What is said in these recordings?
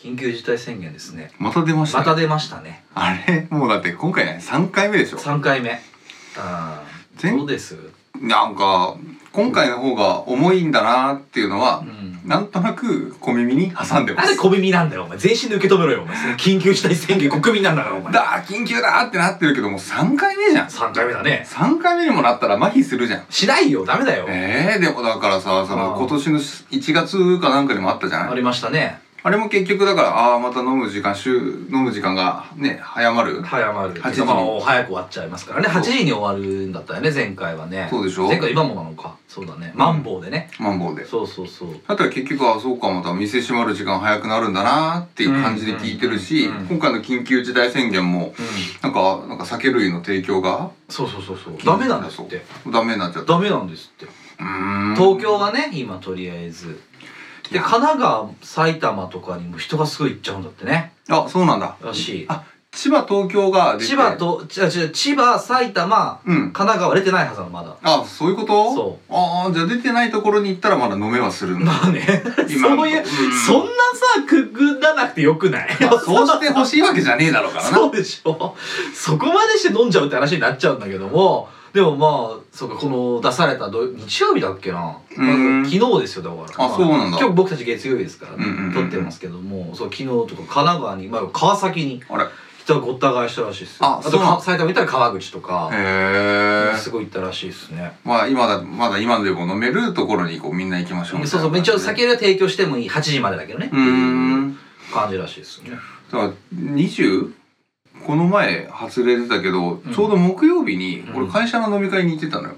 緊急事態宣言ですねまた出ました、まね、た出ましたねあれ もうだって今回ね3回目でしょ3回目あー前どうですなんか今回の方が重いんだなっていうのはう、んなんとなく小耳に挟んでまなんです小耳なんだよお前全身で受け止めろよお前その緊急事態宣言国民なんだからお前だー緊急だーってなってるけどもう3回目じゃん3回目だね3回目にもなったら麻痺するじゃんしないよダメだよ、えー、でもだからさそあのー今年の1月かなんかにもあったじゃあないりましたねあれも結局だからああーまた飲む時間週飲む時間がね早まる早まる8時まあ早く終わっちゃいますからねそ8う時に終わるんだったよね前回はねそうでしょ前回今もなのかそうだねマンボウでね、マンボウでそうそうそうだったら結局あそうかまた店閉まる時間早くなるんだなーっていう感じで聞いてるし、うんうんうんうん今回の緊急事態宣言もうんなんかなんか酒類の提供がそうそうそうそうダメなんですそっうてダメになっちゃったダメなんですってうーん東京はね今とりあえずいでや神奈川埼玉とかにも人がすごい行っちゃうんだってねあそうなんだらしいあ千葉東京が出て千葉とちあ違う千葉埼玉うん神奈川出てないはずなのまだあそういうことそうああじゃあ出てないところに行ったらまだ飲めはするんだまあね今のそういう、うんそんなさくぐらなくてよく ないまあそうしてほしいわけじゃねえだろうから なそうでしょそこまでして飲んじゃうって話になっちゃうんだけどもでもまあそうかこの出された土日曜日だっけな、うんまあ昨日ですよだからあそうなんだ今日僕たち月曜日ですから、ねうんうんうんうん撮ってますけどもそう昨日とか神奈川に、まあ、川崎にあれ人がごった返したらしいですよああそとうなかの埼玉行ったら川口とかへえすごい行ったらしいですねまあ今だまだ今でも飲めるところにこうみんな行きましょうみたそいうなそう一応う酒類は提供してもいい8時までだけどねってーいうん感じらしいですねだから20この前外れてたけど、うんちょうど木曜日にうん俺会社の飲み会に行ってたのよ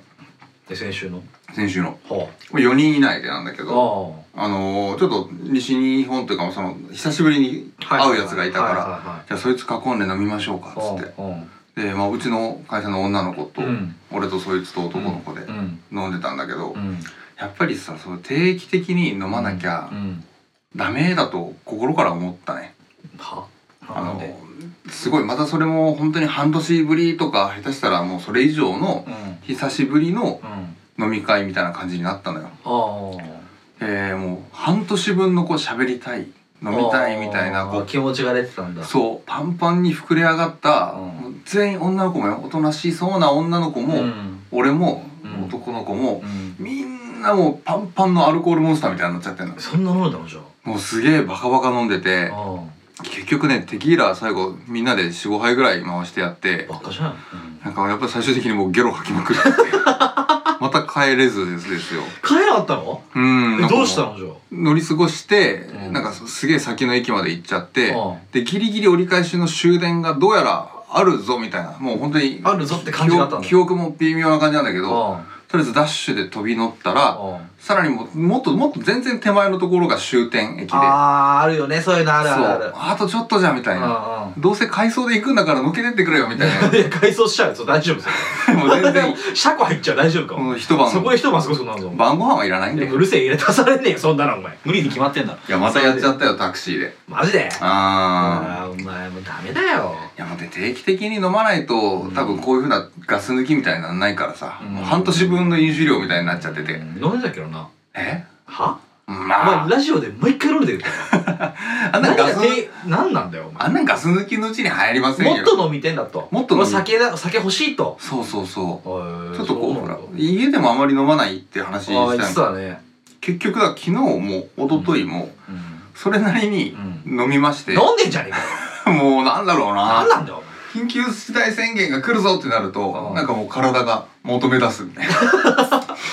で先週の先週のは4人以内でなんだけあどああのーちょっと西日本というかその久しぶりにあ会うやつがいたから、らじゃあそいつ囲んで飲みましょうかっつってで、まあ、うちの会社の女の子と、うん俺とそいつと男の子でうん飲んでたんだけど、うんやっぱりさそう定期的に飲まなきゃうんダメだと心から思ったね。はあなんのですごいまたそれも本当に半年ぶりとか下手したらもうそれ以上のうん久しぶりのうん飲み会みたいな感じになったのよ。ああえー、もう半年分のこう喋りたい飲みたいみたいなああこう気持ちが出てたんだそうパンパンに膨れ上がった、うんもう全員女の子もよおとなしそうな女の子も、ん俺も、うん男の子もう、んみんなもうパンパンのアルコールモンスターみたいになっちゃってんのそんなものだもんじゃもうすげえバカバカ飲んでてああ結局ねテキーラ最後みんなで45杯ぐらい回してやってばっかじゃんうんなんかやっぱり最終的にもうゲロ吐きまくって また帰れずですですよ帰らなかったのうんなんえかもどうしたのじゃ乗り過ごして、うんなんかすげえ先の駅まで行っちゃって、あでギリギリ折り返しの終電がどうやらあるぞみたいなもう本当にあるぞって感じがあったんだ記憶記憶も微妙な感じなんだけどあとりあえずダッシュで飛び乗ったあらあさらにももっともっと全然手前のところが終点駅であああるよねそういうのあるあるあそるうあとちょっとじゃんみたいなあどうせ回送で行くんだからのけてってくれよみたいあいや改装しちゃうよそう大丈夫ですよな もう 全然車庫入っちゃう大丈夫かももう一晩そこで一晩過ごすことになるぞお前晩ご飯はいらないんいでやうるせえ入れ足されねえよそんなのお前無理に決まってんだろいやまたやっちゃったよタクシーでマジでああああお前もうダメだよいや待って定期的に飲まないと多分こういうふうなガス抜きみたいにならないからさ、うんもう半年分の飲酒量みたいになっちゃってて、うん飲んでたけどなえはままああ、ラジオで毎回飲んでるからあんな何ガスがて何なんだよおあんなガス抜きのうちに流行りません前よもっと飲みてんだともっと飲み俺酒だ酒欲しいとそうそうそうちょちょっとこうほら家でもあまり飲まないって話ああし言ってたのたね結局は昨日も一昨日もうんそれなりにう飲みまして、飲んでんじゃねえかよもうなんだろうな何なんだよお前緊急事態宣言が来るぞってなるとうんなんかもう体が求め出すみたいな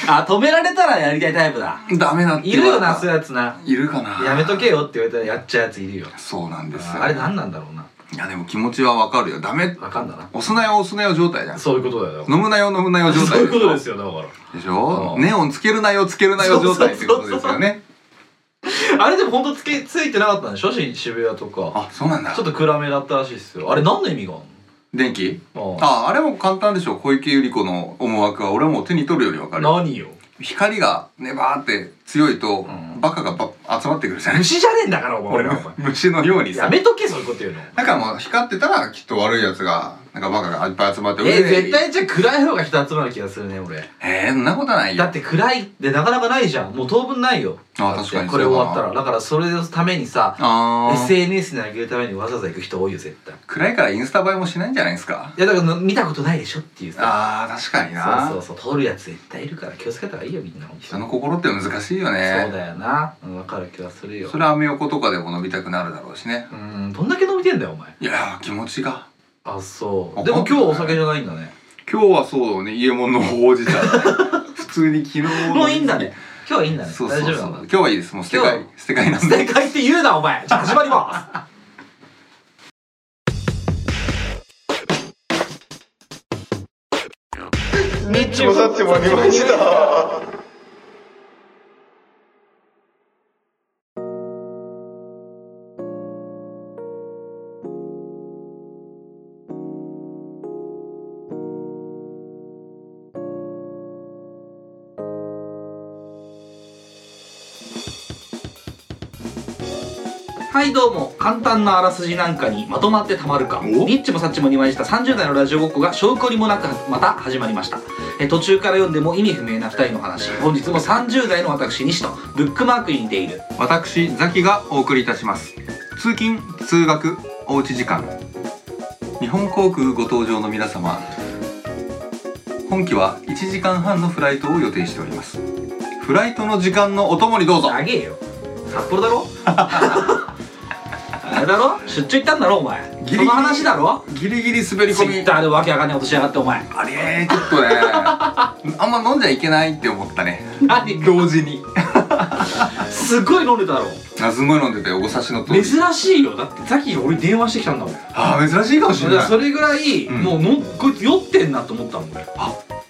あ止められたらやりたいタイプだダメだっているよなそうそいうやつないるかなやめとけよって言われたらやっちゃうやついるよそうなんですあよあれ何なんだろうないやでも気持ちはわかるよダメわかんだな押すなよ押すなよ状態じゃんそういうことだよ飲むなよ飲むなよ状そう態いうことですよだからでしょうんネオンつけるなよつけるなよ状態ってことですよねあれでも本当つけついてなかったんでしょし渋谷とかあそうなんだちょっと暗めだったらしいですよあれ何の意味があ電気るのあああれも簡単でしょ小池百合子の思惑は俺はもう手に取るよりわかある何よ光がねバーって強いと、うんバカがば集まってくるじゃない虫じゃねえんだからお前俺らお前 虫のようにやさめとけそういうこと言うのだからもう光ってたらきっと悪いやつがなんかバカがいっぱい集まって、えうえい絶対じゃあ暗い方が人集まる気がするね俺えー、そんなことないだよって暗いってなかなかないじゃんもう当分ないよあだって確かにこれそう終だなわったらだからそれのためにさあー SNS に上げるためにわざわざ行く人多いよ絶対暗いからインスタ映えもしないんじゃないですかいやだから見たことないでしょっていうさあー確かになそうそうそう撮るやつ絶対いるから気をつけた方がいいよみんな本当人にの心って難しいよねそうだよなうんわかる気がするよそれはアメ横とかでも飲みたくなるだろうしねうんどんだけ飲みてんだよお前いやー気持ちがあそうあでも本当今だ日ねお酒じゃないんだね今日はそうね家物のほうじ茶 普通に昨日のもういいんだね今日はいいんだねそうそ大うそ丈う夫なん今だ日はいいですもう捨て替え今捨て替えなん正で解って言うなお前じゃあ始まりますニッチもサッチもありました。はいどうも簡単なあらすじなんかにまとまってたまるかおニッチもサッチもにました30代のラジオごっこが証拠にもなくまた始まりましたえー途中から読んでも意味不明な2人の話本日も30代の私西とブックマークに似ている私ザキがお送りいたします通勤通学おうち時間日本航空ご搭乗の皆様本機は1時間半のフライトを予定しておりますフライトの時間のお供にどうぞあげえよ札幌だ ろあれだろ出張行ったんだろお前ギリギリその話だろギリギリ滑りツ込イみッターでわけわかんないことしやがってお 前あれーちょっとね あんま飲んじゃいけないって思ったね何同時にすごい飲んでたろ謎も飲んでてお差しの通り珍しいよだってさっき俺電話してきたんだもんああ珍しいかもしれ俺ないそれぐらい、うんもうのこいつ酔ってんなと思ったもん俺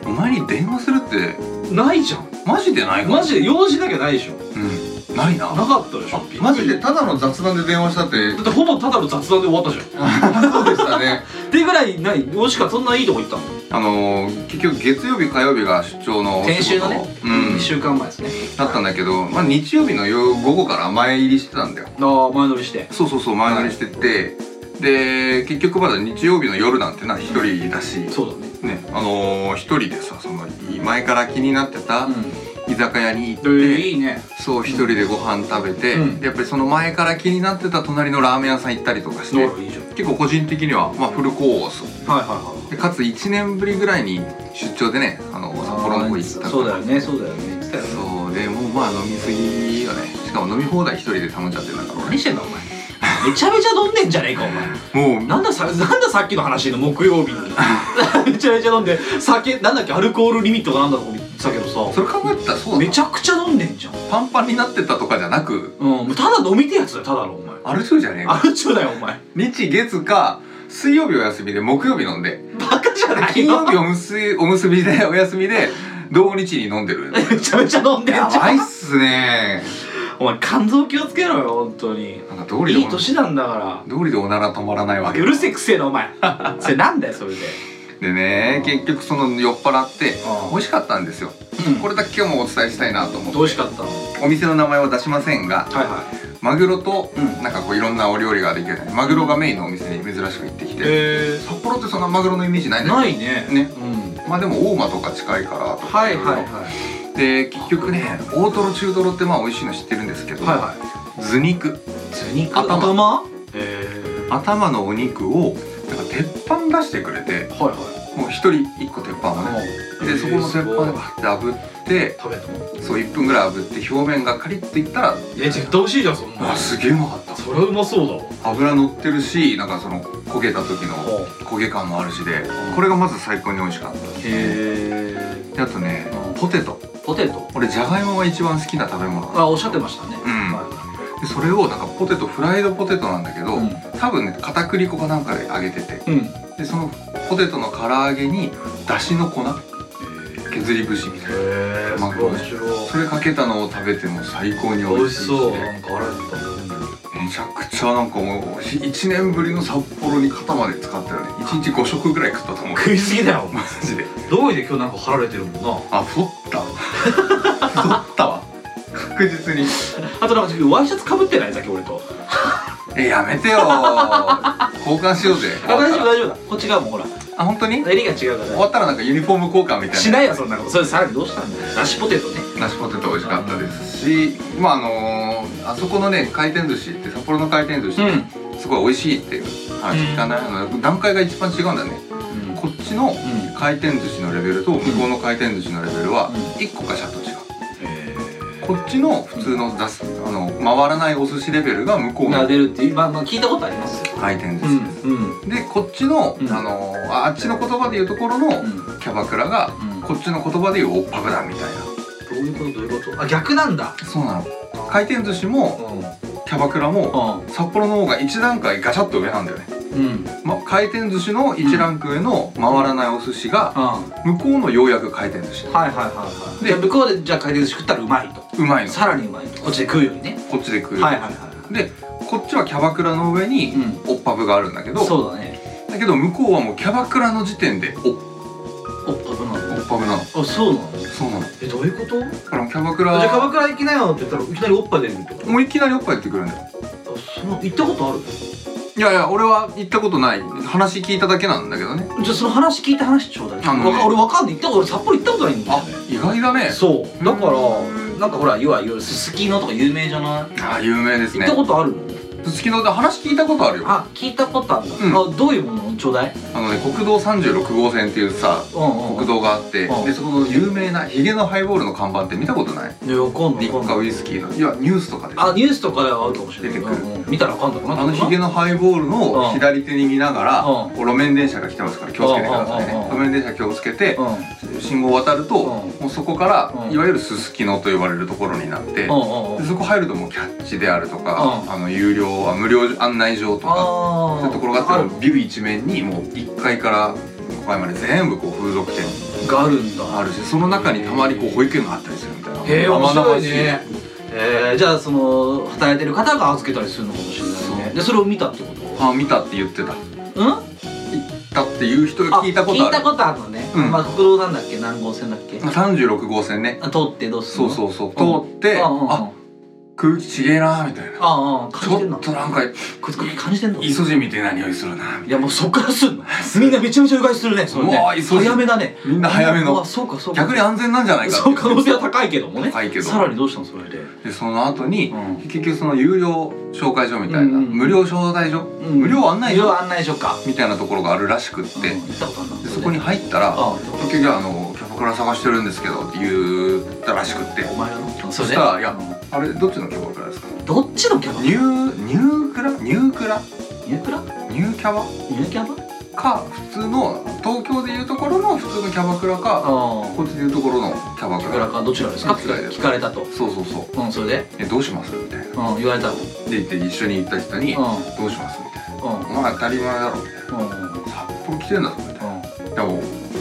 お前に電話するってないじゃんマジでないかマジで用事なきゃないでしょうんないななかったでしょあマジでただの雑談で電話したっだてってほぼただの雑談で終わったじゃんっそうでし たねてぐらいないもしかそんないいとこ行ったのあのー、結局月曜日火曜日が出張のお仕先事週のね、う1ん週間前ですねだったんだけど、まあ、日曜日の夜午後から前入りしてたんだよああ前乗りしてそうそうそう前乗りしてって、で結局まだ日曜日の夜なんてな一人だしそうだねねあのー、一人でさその前から気になってたう居酒屋に行って、んえーいいねそう一人でご飯食べて、うんでやっぱりその前から気になってた隣のラーメン屋さん行ったりとかしあて、らいいじゃん結構個人的には、まあ、フルコースはいはいはいでかつ1年ぶりぐらいに出張でねあの札幌の方行ったからそうだよねそうだよね言ってたよねそうでもうまあ飲みすぎよねしかも飲み放題一人で頼んじゃってなんだろう何ねしてんだお前 めちゃめちゃ飲んでんじゃねえかお前もうなんださなんださっきの話の木曜日に めちゃめちゃ飲んで酒なんだっけアルコールリミットがなんだとか言ってたけどそされ考えてたらそうだめちゃくちゃ飲んでんじゃんパンパンになってたとかじゃなくうんもうただ飲みてえやつだよただのお前あれそうじゃねえアかル中だよお前日月か水曜日お休みで木曜日飲んでバカじゃない金曜の日おむすおむすびでお休みで同日に飲んで るめちゃめちゃ飲んでんじやゃばいっんすねお前肝臓気をつけろよ本当になんか通りいでい年なんだか通りでおなら止まらないわらけうるせえくせえなお前 それなんだよそれででね結局その酔っ払ってああ美味しかったんですよこれだけ今日もお伝えしたいなと思ってどうしかったのはいお店の名前は出しませんがはいマグロとうんなんかこういろんなお料理ができるマグロがメインのお店に珍しく行ってきてえ札幌ってそんなマグロのイメージないんだないねねうんまあでも大間とか近いからとかはいはいはいはいで結局ね大トロ中トロってまあ美味しいの知ってるんですけど、はい頭肉頭肉頭頭え頭のお肉をなんか鉄板出してくれてー、はいもう一人一個鉄板をねはいでそこの鉄板ででバッて炙って食べたのそう1分ぐらい炙って表面がカリッといったらえ絶対美味しいじゃんそんあなすげえうまかったそれはうまそうだわ油乗ってるしなんかその焦げた時のは焦げ感もあるしでこれがまず最高に美味しかったへえであとねうんポテトポテト俺じゃがいもが一番好きな食べ物あおっしゃってましたねうんはでそれをなんかポテトフライドポテトなんだけど、うん多分ね片栗粉かなんかで揚げてていうんでそのポテトの唐揚げにだしの粉削り節みたいなへえマグロねそ白れかけたのを食べても最高にい美美味味ししいしそうなんかあれだったねめちゃくちゃなんかもう1年ぶりの札幌に肩まで使ったよね1日5食ぐらい食ったと思う食いすぎだよお前マジでどういで今日なんか貼られてるもんなあ太った 太ったわ確実にあとなんかワイシャツかぶってないさっき俺とえやめてよ交換しようぜあ大丈夫大丈夫だこっち側もほらあ本当に終襟が違うからわったらなんかユニフォーム交換みたいなしないよそんなのそれさらにどうしたんだよラッシュポテトねナシポテト美味しかったですし、まああのーあそこのね回転寿司って札幌の回転寿司、すごい美味しいっていう話聞かない、あの段階が一番違うんだよねうんこっちのん回転寿司のレベルと向こうの回転寿司のレベルはう1個がシャッと違うえこっちの普通の出すあの回らないお寿司レベルが向こうなのでるっていうまあまあ聞いたことありますよ回転寿司です、うんでこっちの、うんあのーああっちの言葉で言うところのうんキャバクラが、うんこっちの言葉で言うオッパブだみたいどういうことどういうことあ逆なんだなそうなの回転寿司もキャバクラも、う札幌の方が1段階ガチャッと上なんだよね、んうんま、回転寿司の1ランク上の回らないお寿司がは向こうのようやく回転寿司いはいはいはいでじゃあ向こうでじゃあ回転寿司食ったらうまいとうまいのさらにうまいとこっちで食うよりねこっちで食う、はいはいはでこっちはキャバクラの上にうんオッパブがあるんだけいど、そうだねだけど向こうはもうキャバクラの時点でオッお危ないオッパブなのあそうなのそうなのえどういうことじだからもうキャバクゃラあ鎌倉行きなよって言ったらいきなりおっぱい出るってこともういきなりおっぱいやってくるんだよあその行ったことあるいやいや俺は行ったことない話聞いただけなんだけどねじゃあその話聞いて話ちょうだいあのねわか俺わかんない行ったこと俺札幌行ったことないんだよあね意外だねそうだからうんなんかほらいわゆるすすきのとか有名じゃないあ有名です行っねたことあるのすすきので話聞いたことあるよあ聞いたことあるんだうんあどういうものちょうだいあのね国道36号線っていうさうんう国ん道があってうんでそこの有名なヒゲのハイボールの看板って見たことないでわかんない日わかんな課いウイスキーのいやニュースとかであニュースとかではあるかもしれない出てくるうんうん見たらわかんだろうなあのヒゲのハイボールのうん左手に見ながらうんこう路面電車が来てますから気をつけてくださいねうんうんうんう路ん面電車気をつけてうんうん信号を渡るとうんもうそこからうんいわゆるすすきのと呼ばれるところになってうんうでんそこ入るともうキャッチであるとかうんあの有料あ無料案内所とかあそういうところがああってビュー一面にもう1階から5階まで全部こう風俗店るがあるんだあるしその中にたまにこう保育園があったりするみたいなへえ面白いしねえー、じゃあその働いてる方が預けたりするのかもしれないそねうでそれを見たってことうんあ見たって言ってただっていう人があ聞いたことあるるのね、うんまあ国道なんだっけ何号線だっけ、 36号線ねあ通ってどうするそうのうそうそうう通ってああああ空気ちげえなみたいなああち感じてんょのっとなんかこいつ感じてんのイソジンみたいな匂いするなみいやもうそっからすんのみんなめちゃめちゃうがいするねそれねうわー急いで早めだねたいなみんな早めうのわそうかそうか逆に安全なんじゃないかってそいう可能性は高いけどもね高いけどさらにどうしたのそれででその後にん結局その有料紹介所みたいなうんうん無料招待所ん無料案内無料所案内所かみたいなところがあるらしくっうてん行ったことあるんでだそこに入ったらあ結局あのキャバクラ探してるんですけどって言ったらしくってお前だろそしたらいやあれどっちのキャバクラですかどっちのキャバニューニュークラニュークラニュークラニューキャバニューキャバか普通の東京でいうところの普通のキャバクラかあこっちでいうところのキャバキャクバララかどちらですかどちらです聞かれたとそうそうそううんそれでえどうしますみたいなうん言われたので言って一緒に行った人にどううしますみたいんうんなまあ当たり前だろみたいうんうんうんな札幌来てんだぞみたいないやもう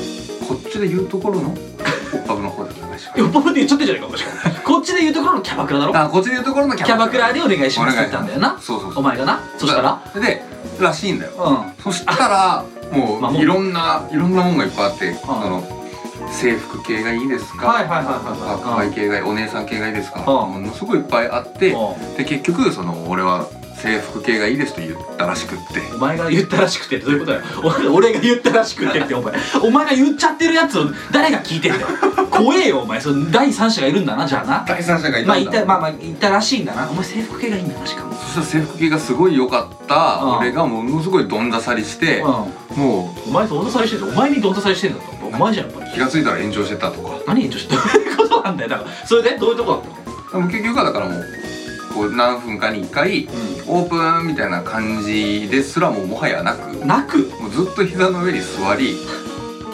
こっちで言うところのオッパブの方でお願いしよまっぽどって言っちゃってんじゃないかもしれない こっちで言うところのキャバクラだろすあこっちで言うところのキキャバャバククララでお願いしますって言ったんだよなそうそうそおう前がなそしたらでらしいんだようんそしたらまあももうういろんないろんなもんがいっぱいあってその制服系がいいですかはいはいはいあは可い愛はいい系がいいお姉さん系がいいですかあものすごいいっぱいあってうで結局その俺は制服系がいいですと言ったらしくってんお前が言ったらしくてってどういうことだよお前俺が言ったらしくて ってお前お前が言っちゃってるやつを誰が聞いてんだよ怖えよお前その第三者がいるんだなじゃあな第三者がいまあたん言っただまあまあ言ったらしいんだなお前制服系がいいんだなしかもそしたら制服系がすごい良かったあ俺がものすごいどんださりしてうもんお前どんなさりしてんだお前にどんなさりしてんだとお前じゃんやっぱりう気が付いたら炎上してたとか何ちょっとどういうことなんだよだからそれでどういうとこだったのでも結局はだからもうこう何分かに1回オープンみたいな感じですらもうもはやなくうんなくもうずっと膝の上に座り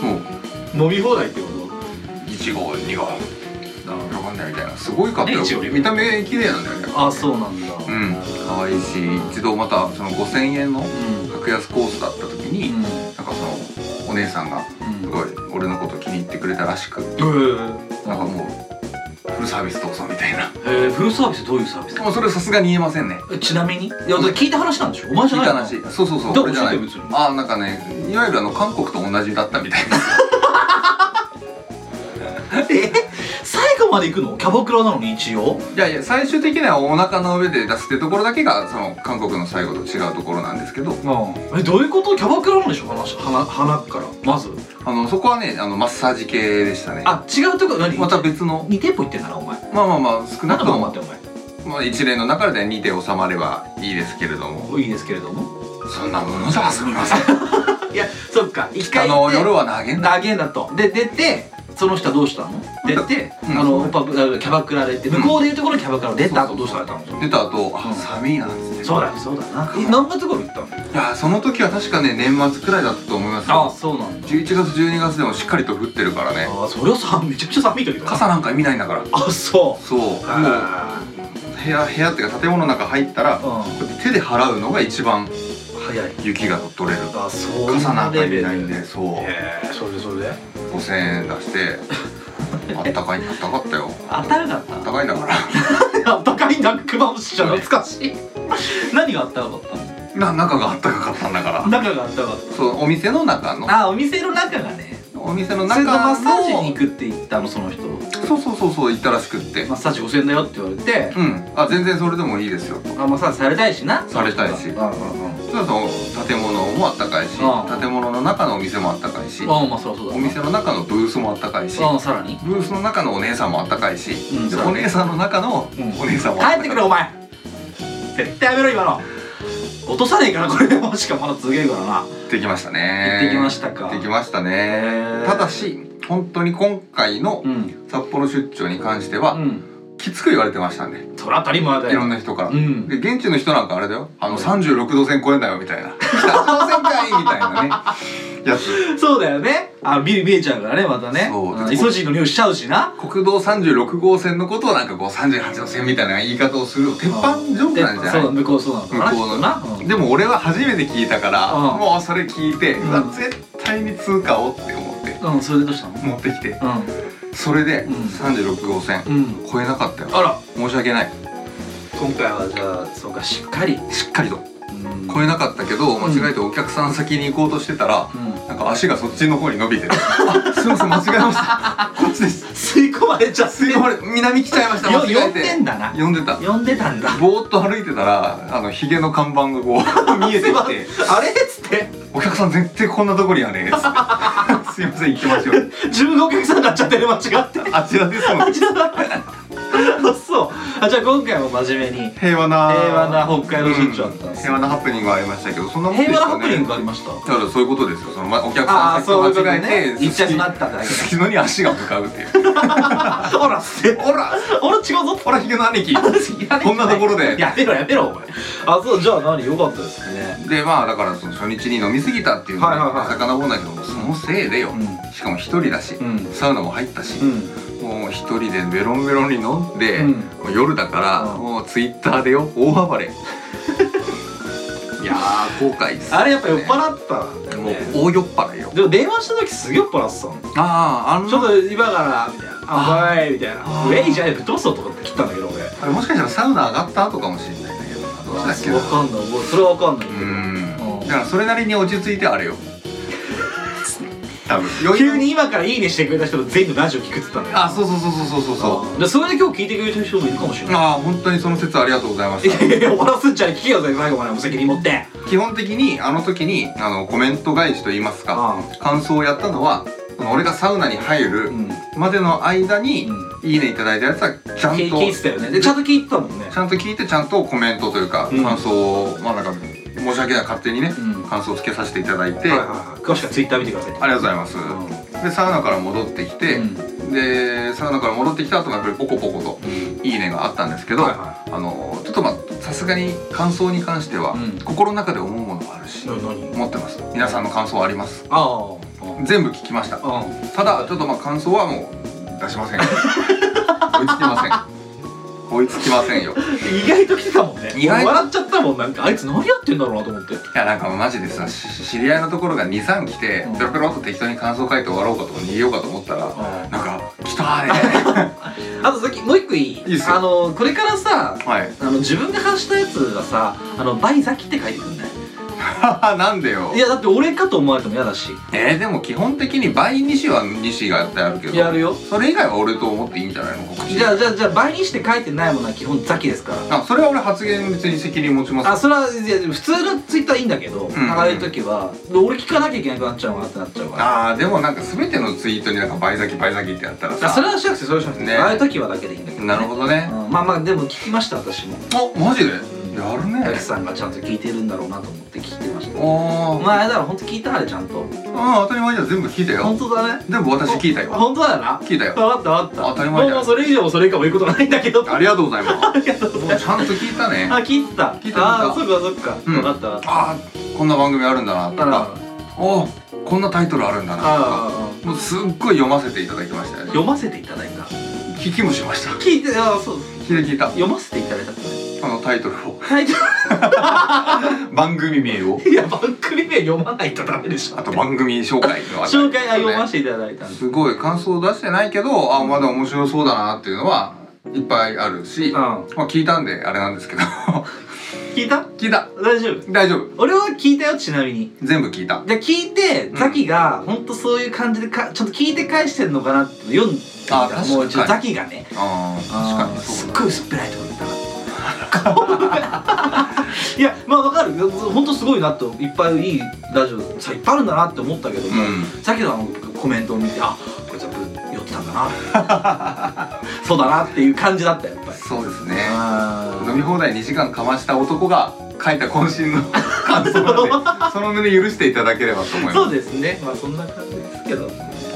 もう飲み放題ってこと1号2号あわかんないみたいなすごいかったよね一号二号見た目綺麗なんだよねあそうなんだううん可愛いし一度またその5000円のうん格安コースだった時に、うんなんかそのお姉さんがすごい俺のこと気に入ってくれたらしくうんなんかもうフルサービスどうぞみたいなえー、フルサービスどういうサービスもうそれさすがに言えませんねえちなみにいやだから聞いた話なんでしょお前じ聞ゃいないたの話そうそうそうどう俺じゃない教えてよ別にああなんかねいわゆるあの韓国と同じだったみたいなえ最後ロまで行くのキャバクラなのに一応いやいや最終的にはお腹の上で出すってところだけがその韓国の最後と違うところなんですけどえどういうことキャバクラなんでしょ話花花からまずあのそこはねあのマッサージ系でしたねあ違うとこ何また別の2店舗行ってんだなお前まあまあまあ少な何だくとと思っも、てお前まあ、一連の中で2で収まればいいですけれどもいいですけれどもそんなものでは済みませんいやそっか一 あ回行のって夜は投げんだ投げんだとで出てその人はどうしたの出て、うんあのパブキャバクラで行って向こうでいうところのキャバクラを出た後うんどうされたの出た後うあん寒いなっつってそうだそうだなえ何月頃行ったのいやその時は確かね年末くらいだったと思いますよそうなんだ11月12月でもしっかりと降ってるからねあそりゃさめちゃくちゃ寒い時だよ傘なんか見ないんだからあそうそうもうあ部屋部屋っていうか建物の中入ったらーうん手で払うのが一番早い雪が取れるあそう傘なんかレいベれルないんでそうへえそれでそれで5000円出して あったかいあったかったよ当たらなあっかたっかいんだからたあったかいんだ熊本市じゃ 懐かしい何があったかかったのな中があったかかったんだから中があったかっそうお店の中のたあお店の中がねお店のそれ中とのマッサージに行くって言ったのその人そうそうそうそう行ったらしくってマッサージ5000円だよって言われて、うんあ全然それでもいいですよとあマッサージされたいしなされたいしうんうんうんそうそう建物もあったかいしああ建物の中のお店もあったかいしあまあそりゃそうだお店の中のブースもあったかいしあさらにブースの中のお姉さんもあったかいし、うんでそうお姉さんの中のうんお姉さんも帰あったかい、ってくれお前絶対やめろ今の落とさねえからこれもしかまだ続けるからな行ってきましたね行ってきましたか行ってきましたへねーただし本当に今回のうん札幌出張に関してうは、んきつく言われてましたねそりゃ当たり前だいろんよな人から、うんで現地の人なんかあれだよあの36度線超えんだよみたいな北朝鮮かいみた いなねやつそうだよねあ見見えちゃうからねまたねそううんイソジンの匂いしちゃうしな国道36号線のことをなんかこう38度線みたいな言い方をする鉄板ジョークなんじゃないでそうだ向こうそうなのかな向こうのきっとな、うんでも俺は初めて聞いたから、うんもうそれ聞いて、うんうわ絶対に通過をって思ってうんそれでどうしたの持ってきてうそれでうん36号線、んうん超えなかったよあら申し訳ない今回はじゃあそうかしっかりしっかりとうん超えなかったけどうん間違えてお客さん先に行こうとしてたら、うんなんか足がそっちの方に伸び てるあすいません間違えました こっちです吸い込まれちゃってすいません南来ちゃいました間よ違呼えんでんてだな呼んでた呼んでたんだぼーっと歩いてたらあのヒゲの看板がこう 見えてきてすいませんあれっつって「お客さん絶対こんなとこにはね」つってすいません行きましょう」自分がお客さんになっちゃってる間違ってあちらですもあんじゃあそうあじゃあ今回も真面目に平和な平和な北海道出張だったんです平和なハプニングはありましたけどそんなもんで平したね和なハプニングがありましただからそういうことですよそのまお客あさあんそういうこと先と間違ねえて言っちゃいそうにななったんだけすすきのに足が向かうっていうどほらせほら俺違うぞほらヒゲの兄貴ここんなところでやめろやめろお前あそうじゃあ何良かったですねでまあだからその初日に飲み過ぎたっていうのはいはいはいは魚もんだけどそのせいでよ、うしかも一人だし、んサウナも入ったしう、んもう一人でベロンベロンに飲んで、うんもう夜だから、うんもうツイッターでよ大暴れいやー後悔っすあれやっぱ酔っ払ったんだよもうね大酔っ払いよでも電話した時すげえ酔っ払ってたのあああのちょっと今からみたいな「あはい」みたいなあ「ウェイじゃねえぶっ飛ばすぞ」とかって切ったんだけど俺あれもしかしたらサウナ上がった後かもしれないんだけどなどっちだっけわなかんない俺それはわかんないうけどんうんだからそれなりに落ち着いてあれよ多分余裕急に今から「いいね」してくれた人全員のラジオ聞くって言ったんだよあそうそうそうそうそうそうそううでそれで今日聞いてくれてる人もいるかもしれないああ本当にその説ありがとうございま いしやたいやいや終わらすんじゃねえ聞けよ最後まで無責任持って基本的にあの時にあのコメント返しといいますかあ感想をやったのはその俺がサウナに入うるんまでの間にうん「いいね」いただいたやつはちゃんと聞聞いてたよねでちゃんと聞いてたもんねちゃんと聞いてちゃんとコメントというかうん感想をまあなんか申し訳ない勝手にねうん感想をつけさせていただいてはいあはいりはい詳しくはツイッター見てくださいがとうございますでサウナから戻ってきて、うんでサウナから戻ってきた後もやっぱりポコポコと「いいね」があったんですけど、はいはあのちょっとまあさすがに感想に関しては、うん心の中で思うものもあるし、な何持ってます皆さんの感想はありますああ全部聞きましたああただちょっとまあ感想はもう出し ません追いつきません追いつきませんよ意外と来てたもんね意外と笑っちゃったもんなんかあいつ何やってんだろうなと思っていやなんかマジでさし知り合いのところが23来てうんペロペロっと適当に感想書いて終わろうかとか逃げようかと思ったらあなんか「来た ーねとさっきもう一個いいいいっすよあのこれからさ」はいあの自分が発したやつがさあの「バイザキ」って書いてくんない なんでよいやだって俺かと思われても嫌だしえー、でも基本的に倍西は西がやってあるけどやるよそれ以外は俺と思っていいんじゃないの告知じゃあじゃあじゃあ倍にして書いてないものは基本ザキですからあそれは俺発言別に責任持ちますあそれはいや普通のツイッターいいんだけど、んああいう時は俺聞かなきゃいけなくなっちゃうかなってなっちゃうからあーでもなんか全てのツイートになんか倍咲き倍咲きってやったらあさそれはしなくてそれはしなくて、ねああいう時はだけでいいんだけど、なるほどねうんまあまあでも聞きました私もおマジでやるたねけしさんがちゃんと聞いてるんだろうなと思って聞いてましたおおー前あれだろ本当聞いたあれちゃんとうん当たり前じゃん全部聞いたよ本当だね全部私聞いたよ本当だよな聞いたよ分かった分かった当たり前だよもうそれ以上もそれ以下も言うことないんだけど ありがとうございますありがとうございますちゃんと聞いたねあ聞いてた聞いてたあーそっかそっか、うん分かった分かっあーこんな番組あるんだなとたからおーこんなタイトルあるんだなとかあもうすっごい読ませていただきましたよーね読ませていただいた聞きもしました聞いてあーそう聞いた聞いた読ませていただいたってあのタイトルを タイト番組名をルいや番組名読まないとダメでしょあと番組紹介のあたり紹介は読ませていただいたんですすごい感想を出してないけどあまだ面白そうだなっていうのはいっぱいあるし、うんまあ、聞いたんであれなんですけど 聞いた聞いた大丈夫大丈夫俺は聞いたよちなみに全部聞いたで聞いてうんザキが本当そういう感じでかちょっと聞いて返してんのかなって読んあだ確かにもうちょっとザキがねあー確かにあーすそうっだごい薄っぺらいとこ言ったないやまあわかる本当すごいなといっぱいいいラジオさいっぱいあるんだなって思ったけども、うザキのあのコメントを見てあこれ全部寄ってたんだなそうだな っていう感じだったやっぱりそうですねあ飲み放題2時間かました男が書いた 渾身の感想なんでその胸許していただければと思いますそうですねまあそんな感じですけど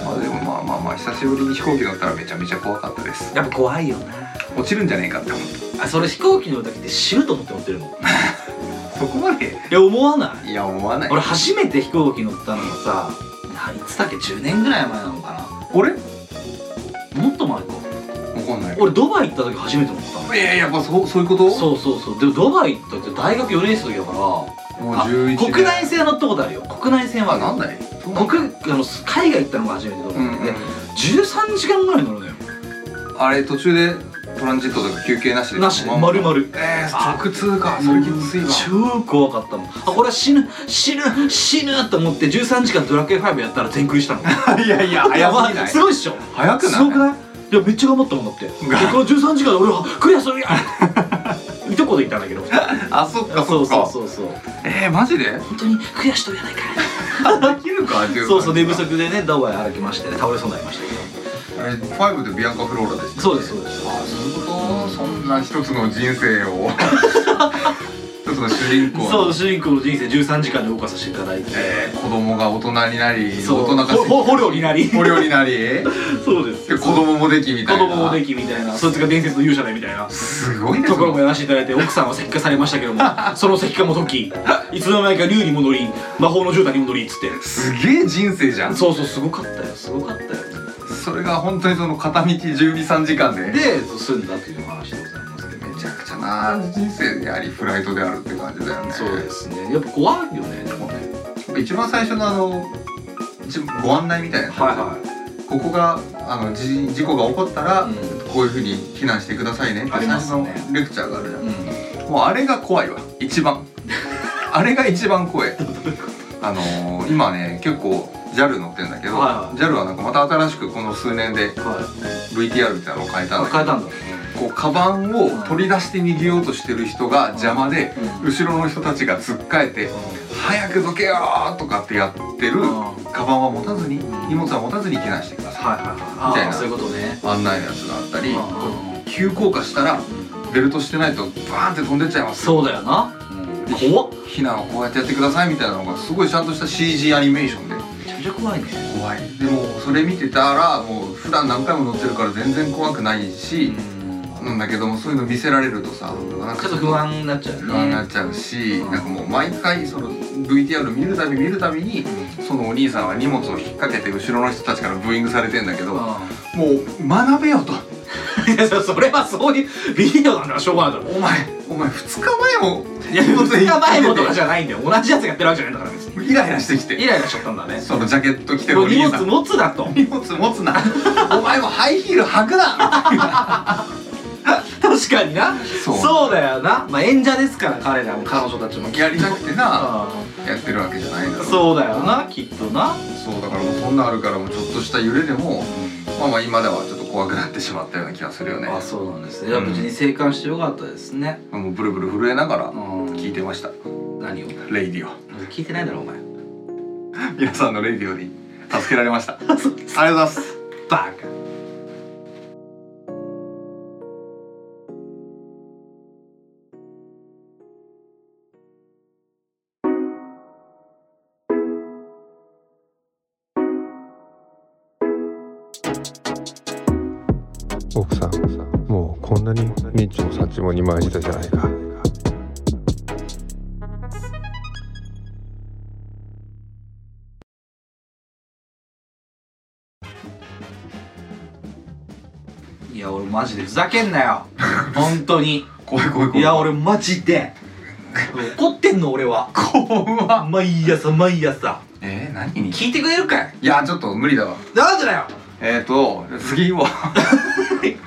まあでもまあまあまあ久しぶりに飛行機乗ったらめちゃめちゃ怖かったですやっぱ怖いよな落ちるんじゃねえかって思っあそれ飛行機乗る時って死ぬと思って乗ってるのたそこまでいや思わないいや思わない俺初めて飛行機乗ったのがさないつだっけ10年ぐらい前なのか俺わなもっと前かかんない俺ドバイ行った時初めて乗ったいやいややっぱそうそういうことそうそうそうでもドバイ行ったって大学4年生の時だからもうあ11年国内線は乗ったことあるよ国内線はあなんだいそうなんだ国あの海外行ったのが初めてだったうんんで、13時間ぐらい乗るのよあれ途中でトランジットとか休憩なしでなしまんま丸々えー、直通かそれきついわ超怖かったもんあこれは死ぬ死ぬ死ぬと思って13時間ドラクエ5やったら全クリしたのいや いや早すぎやばないすごいっしょ早くないすごくないいやめっちゃ頑張ったもんだってでこの13時間で俺はクリアするやんいとこでいたんだけどあそっかそそっうそうかそうそうえー、マジで本当にクリアしとるやないかいできるかっていそうそう寝不足でねダワイ歩きましてね倒れそうになりましたけどあれファイブでビアンカフローラでしたそうですそうですあそういうことそんな一つの人生 を一つの主人公そうう主人公の人生13時間で動かさせていただいて、えー、子供が大人になりそう大人がほほ捕虜になり捕虜になりでそうです子供もできみた子いな供もできみたいなそいつが伝説の勇者だみたいなすごいねところそものやらせていただいて奥さんは石化されましたけどもその石化も時いつの間にか竜に戻り魔法の絨毯に戻りっつってすげえ人生じゃんそうそうすごかったよすごかったよそれが本当にその片道123時間でで住んだというお話でございますけどめちゃくちゃな人生でありフライトであるって感じだよねそうですねやっぱ怖いよねでもね一番最初のあの一ご案内みたいな、いここがあのじ事故が起こったら、うんこういうふうに避難してくださいねってありま最す初ねのレクチャーがあるじゃん、うんもうあれが怖いわ一 番あれが一番怖いあのー、今ね結構 JAL 乗ってんだけど、はいはい JAL はなんかまた新しくこの数年ではい VTR みたいなのを変えたんあだけど変えたんだこうカバンを取り出して逃げようとしてる人が邪魔で、うん後ろの人たちがつっかえて「早くどけよ!」とかってやってる、うんカバンは持たずに荷物は持たずに避難してくださはいはいはいみたいあーなそういうことねい案内のやつがあったり、うん急降下したらベルトしてないとバーンって飛んでっちゃいますそうだよなで怖っ避難をこうやってやってくださいみたいなのがすごいちゃんとした CG アニメーションでめちゃめちゃ怖いね怖いでもそれ見てたらもう普段何回も乗ってるから全然怖くないし、なんだけどもそういうの見せられるとさなんかちょっと不安になっちゃうよね不安になっちゃうし、うんなんかもう毎回その VTR 見るたび見るたびにそのお兄さんは荷物を引っ掛けて後ろの人たちからブーイングされてんだけどもうう学べよと んいやそれはそういうビデオなんだからしょうがないだろお前お前2日前もいや、二日前もとかじゃないんだよ。同じやつやってるわけじゃないんだから別に。イライラしてきイてライラしちゃったんだね。そのジャケット着てるもおう荷兄物さん持つだと。 荷物持つなお前もハイヒール履くな確確かになそうそうだよなまあ演者ですから彼らも彼女たちもやりたくてなあやってるわけじゃないだろあうそうだよなきっとなそうだからもうそんなあるからもうちょっとした揺れでもまあまあ今ではちょっと怖くなってしまったような気がするよねあそうなんですねいやうん無事に生還してよかったですねもうブルブル震えながらうん聞いてました何をレイディオ聞いてないだろお前皆さんのレイディオに助けられました ありがとうございますバカ奥さんもうこんなにみちもさちもに回したじゃないかいや俺マジでふざけんな よ本当に怖い怖い怖いいや俺マジで怒ってんの俺は怖っ毎朝毎朝えー、何にい聞いてくれるかいやちょっと無理だわなんでだよえーと次は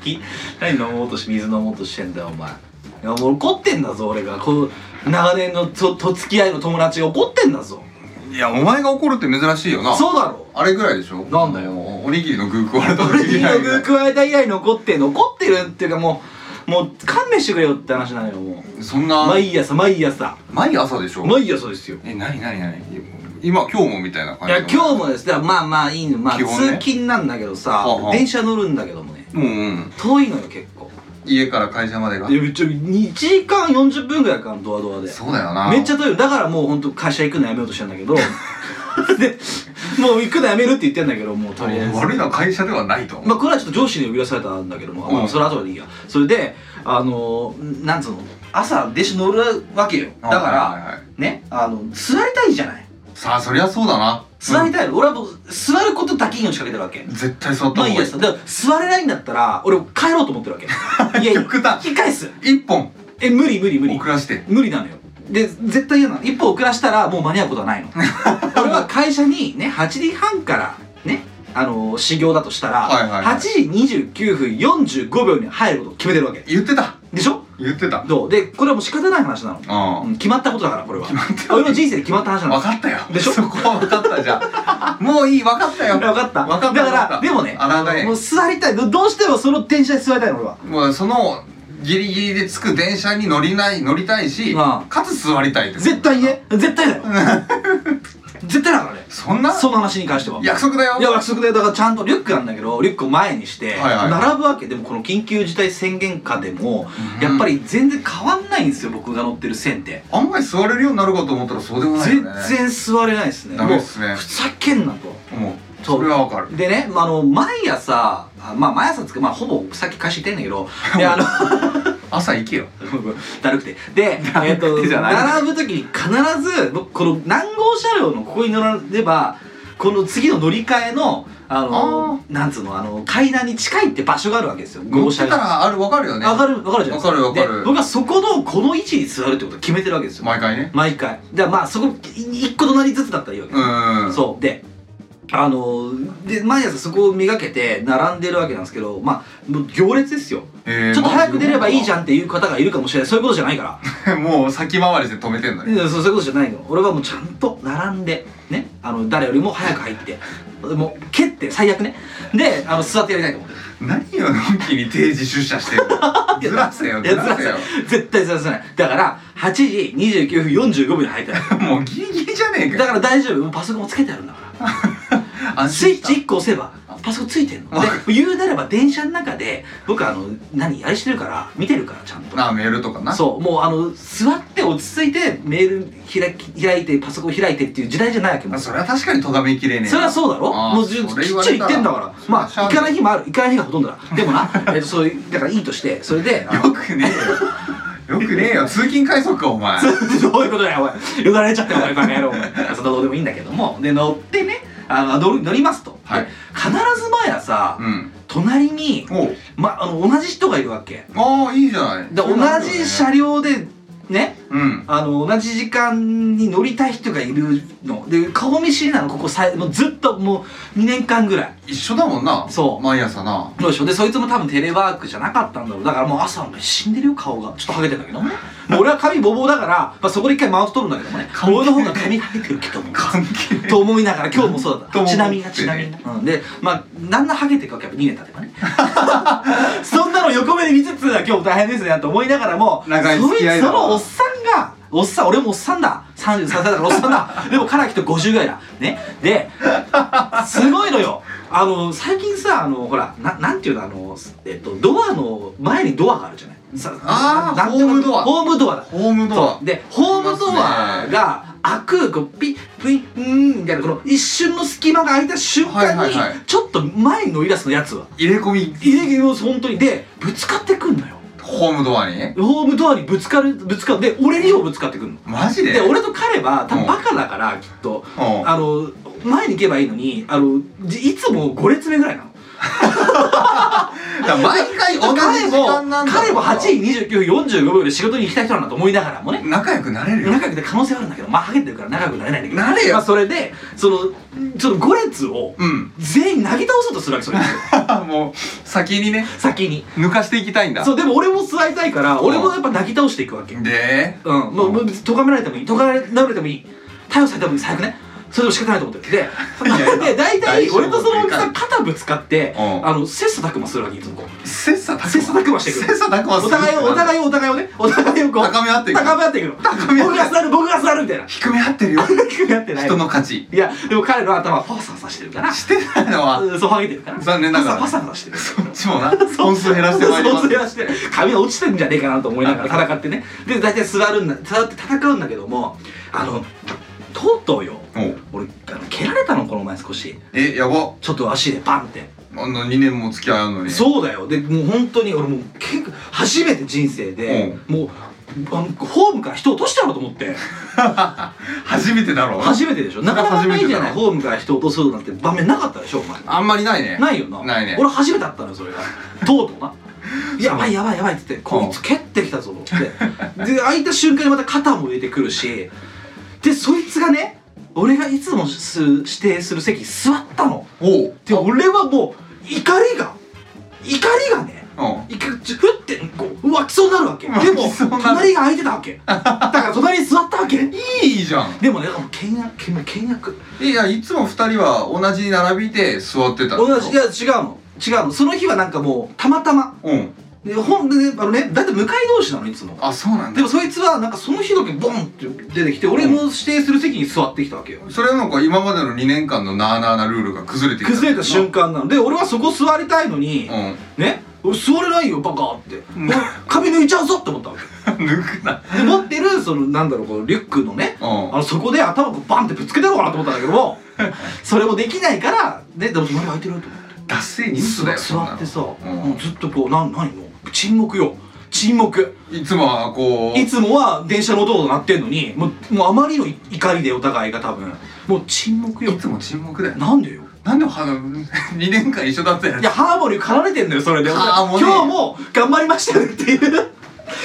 き 何飲もうとし水飲もうとしてんだよお前いやもう怒ってんだぞ俺がこの長年のとと付き合いの友達が怒ってんだぞ いやお前が怒るって珍しいよなそうだろあれぐらいでしょなんだよもうおにぎりの具食われた俺時に以来の具食われた以来残ってんの怒ってるっていうかもうもう勘弁してくれよって話なのよもそんうな毎朝毎朝毎朝でしょ毎朝ですよえ何何何今今日もみたいな感いじや今日もですねまあまあいいのまあ基通本ね勤なんだけどさはあはあ電車乗るんだけどもねもうんうん遠いのよ結構家から会社までがいやめっちゃ1時間40分ぐらいかなドアドアでそうだよなめっちゃ遠いだからもう本当会社行くのやめようとしてんだけど でもう行くのやめるって言ってんだけどもうとりあえず悪いのは会社ではないと思う、まあこれはちょっと上司に呼び出されたんだけども、まうあ、んそれは後でいいやそれであのーなんつうの朝電車乗るわけよだかはいらはいはいねあの座りたいじゃないさあそりゃそうだな座りたいの、俺はもう座ることだけ命かけてるわけうん絶対座った方まあがいいいいやつだから座れないんだったら俺帰ろうと思って るわけいや極端引き返す一本え無理無理無理遅らして無理なのよで絶対嫌なの一歩遅らしたらもう間に合うことは ないの俺は会社にね8時半からねあのー、始業だとしたら、はいはいはい8時29分45秒に入ることを決めてるわけ言ってたでしょ言ってたどうでこれはもう仕方ない話なの、ううんん、決まったことだからこれは決まって俺の人生で決まった話なの分かったよでしょそこは分かったじゃんもういい分かったよ分かった分かだかった分からったでもねあらがえもう座りたいどどうしてもその電車に座りたいの俺はもうそのギリギリで着く電車に乗りない乗りたいしああかつ座りたいって絶対ね絶対 だよ絶対だからねそんなその話に関しては約束だよいや約束でだからちゃんとリュックなんだけどリュックを前にしてはいはい並ぶわけでもこの緊急事態宣言下でもうんやっぱり全然変わんないんですよ僕が乗ってる線ってあんまり座れるようになるかと思ったらそうでもない全よね然座れないですねダもメうっふすねざけんなともうそうそれは分かるでねまああの毎朝あまあ毎朝つくまあほぼさっき会社行ってんだけどであの朝行けよ だるくて でえっとてじゃない並ぶ時に必ず僕この何号車両のここに乗らればこの次の乗り換えのあのあなんつうのあの階段に近いって場所があるわけですよ乗号って車たが。らある分かるよねわかるわかるじゃないですわかるわかるで僕はそこのこの位置に座るってことを決めてるわけですよ毎回ね毎回だからまあそこい一個隣ずつだったらいいわけ、うんそうであのーで毎朝そこを磨けて並んでるわけなんですけどまあもう行列ですよ、えーちょっと早く出ればいいじゃんんっていう方がいるかもしれないそういうことじゃないからもう先回りして止めてんのいねやそうそういうことじゃないの俺はもうちゃんと並んでねあの誰よりも早く入ってもう蹴って最悪ねであの座ってやりたいと思ってる何よのんきに定時出社してるずらせよいやずずららせせよない絶対ずらせないだから8時29分45分に入って ないもうギリギリじゃねえだかから大丈夫もうパソコンもつけてあるんだから安スイッ心したチ1個押せばパソコンついてんので言うなれば電車の中で僕あの何あれしてるから見てるからちゃんとなあメールとかなそうもうあの座って落ち着いてメール開き開いてパソコン開いてっていう時代じゃないわけもまあうそれは確かにとがめきれねえなそりゃそうだろああもうずきっそちれり言われ言たってんだからまあしゃ行あないかない日もある行かない日がほとんど だでもなえっとそういうだからいいとしてそれであのよくねえよよくねえよ通勤快速か お前 どういうことだよ、おい。よだれちゃってよ、バカ野郎。そんなどうでもいいんだけども。で、乗ってね、あの乗る乗りますと。はいで必ず毎朝、うん隣に、おま、あの同じ人がいるわけ。ああいいじゃないで同じ車両両で、ね、ううんあの同じ時間に乗りたい人がいるので顔見知りなのここさいもうずっともう2年間ぐらい一緒だもんなそう毎朝などうでしょうでそいつも多分テレワークじゃなかったんだろうだからもう朝もう死んでるよ顔がちょっとハゲてんだけどねもう俺は髪ボーボーだから、まあ、そこで一回マウント取るんだけどもね俺の方が 髪ハゲてるけども関係 と思いながら今日もそうだっとたもちなみになちなみにな、うん、でまあだんだんハゲていくわけやっぱ2年経てばね そんなの横目で見つつ今日大変ですねと思いながらも長い付き合いだそれそのおっさんがおっさん俺もおっさんだ33歳だからおっさんだ でもカラキと50ぐらいだねですごいのよあの最近さあのほらななんていうのあの、えっと、ドアの前にドアがあるじゃないさあーなんていうのホームドアホームドアだホームドアそうでホームドアが開くこうピッピッうーんみたいなこの一瞬の隙間が開いた瞬間はいにはいはいちょっと前に乗り出すのやつは入れ込み入れを本当にでぶつかってくんのよホームドアにホームドアにぶつかるぶつかるで俺にもぶつかってくんのマジでで俺と彼は多う分んバカだからきっとうんあの前に行けばいいのにあのじいつも5列目ぐらいなのだから毎回同じ彼時間もなんだ彼も8時29分45秒で仕事に行きたい人なんだと思いながらもね仲良くなれるよ仲良くて可能性はあるんだけどまあハゲてるから仲良くなれないんだけどなれよまあ、それでそのその5列をうん全員なぎ倒そうとするわけそれもう 先にね先に抜かしていきたいんだそうでも俺も座りたいから俺もやっぱなぎ倒していくわけうんでもうもう咎められてもいい咎められてもいい逮捕されてもいい最悪ねそれでも仕方ないと思ってるでいやい やで大体俺とそのお客さん大丈夫肩ぶつかって、うんあの切磋琢磨するわけいつもこう切磋琢磨切磋琢磨してくる切磋琢磨すおる互いをお互いをお互いをねお互いをこう高め合っていく高め合っていくの高め合って僕が座る僕が座るみたいな低め合って るよ低め合ってない人の価値いやでも彼の頭はファサファサしてるからしてないのはうんそうハゲてるから残念ながらファサファサしてるそっ ちもな本数減らしてまいりまそうす減らして髪が落ちてんじゃねえかなと思いながら戦ってねで大体座るんだ座って戦うんだけどもあのとうとうよおう俺あの蹴られたのこの前少しえやばちょっと足でバンってあの2年も付き合うのにそうだよでもう本当に俺もう結構初めて人生で、もうあのホームから人落としてやろうと思って 初めてだろ初めてでしょなかなかないじゃない初めてだホームから人落とすなんて場面なかったでしょお前あんまりないねないよなないね俺初めて会ったのよそれがとうとうな やばいやばいやばいっつってこいつ蹴ってきたぞと思ってで開いた瞬間にまた肩も入れてくるしでそいつがね俺がいつもす指定する席に座ったのおうで俺はもう怒りが怒りがねうんいくちふってこう湧きそうになるわけで湧もきそうになる隣が空いてたわ けだから隣に座ったわけいいじゃんでもねもう倹約倹約倹約いやいつも2人は同じに並びで座ってた同じいや違うの違うのその日はなんかもうたまたまうんで本であのねだいたい向かい同士なのいつもあそうなんでだもそいつはなんかその日だけボンって出てきて俺の指定する席に座ってきたわけよそれはなんか今までの2年間のなあなあなルールが崩れてきた崩れた瞬間なので俺はそこ座りたいのにうんね俺座れないよバカってん髪抜いちゃうぞって思ったわけ 抜くなで持ってるそのなんだろうこのリュックのねうんあのそこで頭をバンってぶつけたのかなと思ったんだけどもそれもできないからねでも隣空いてると思って達成ニュースだよそん座なっのてさ、んもうずっとこうなん何もう沈黙よ沈黙いつもはこういつもは電車の音が鳴ってんのにもうもうあまりの怒りでお互いが多分もう沈黙よいつも沈黙だよなんでよなんでは2年間一緒だったやいつやハーモニーを奏でてんのよそれでハーモニー今日も頑張りましたねっていう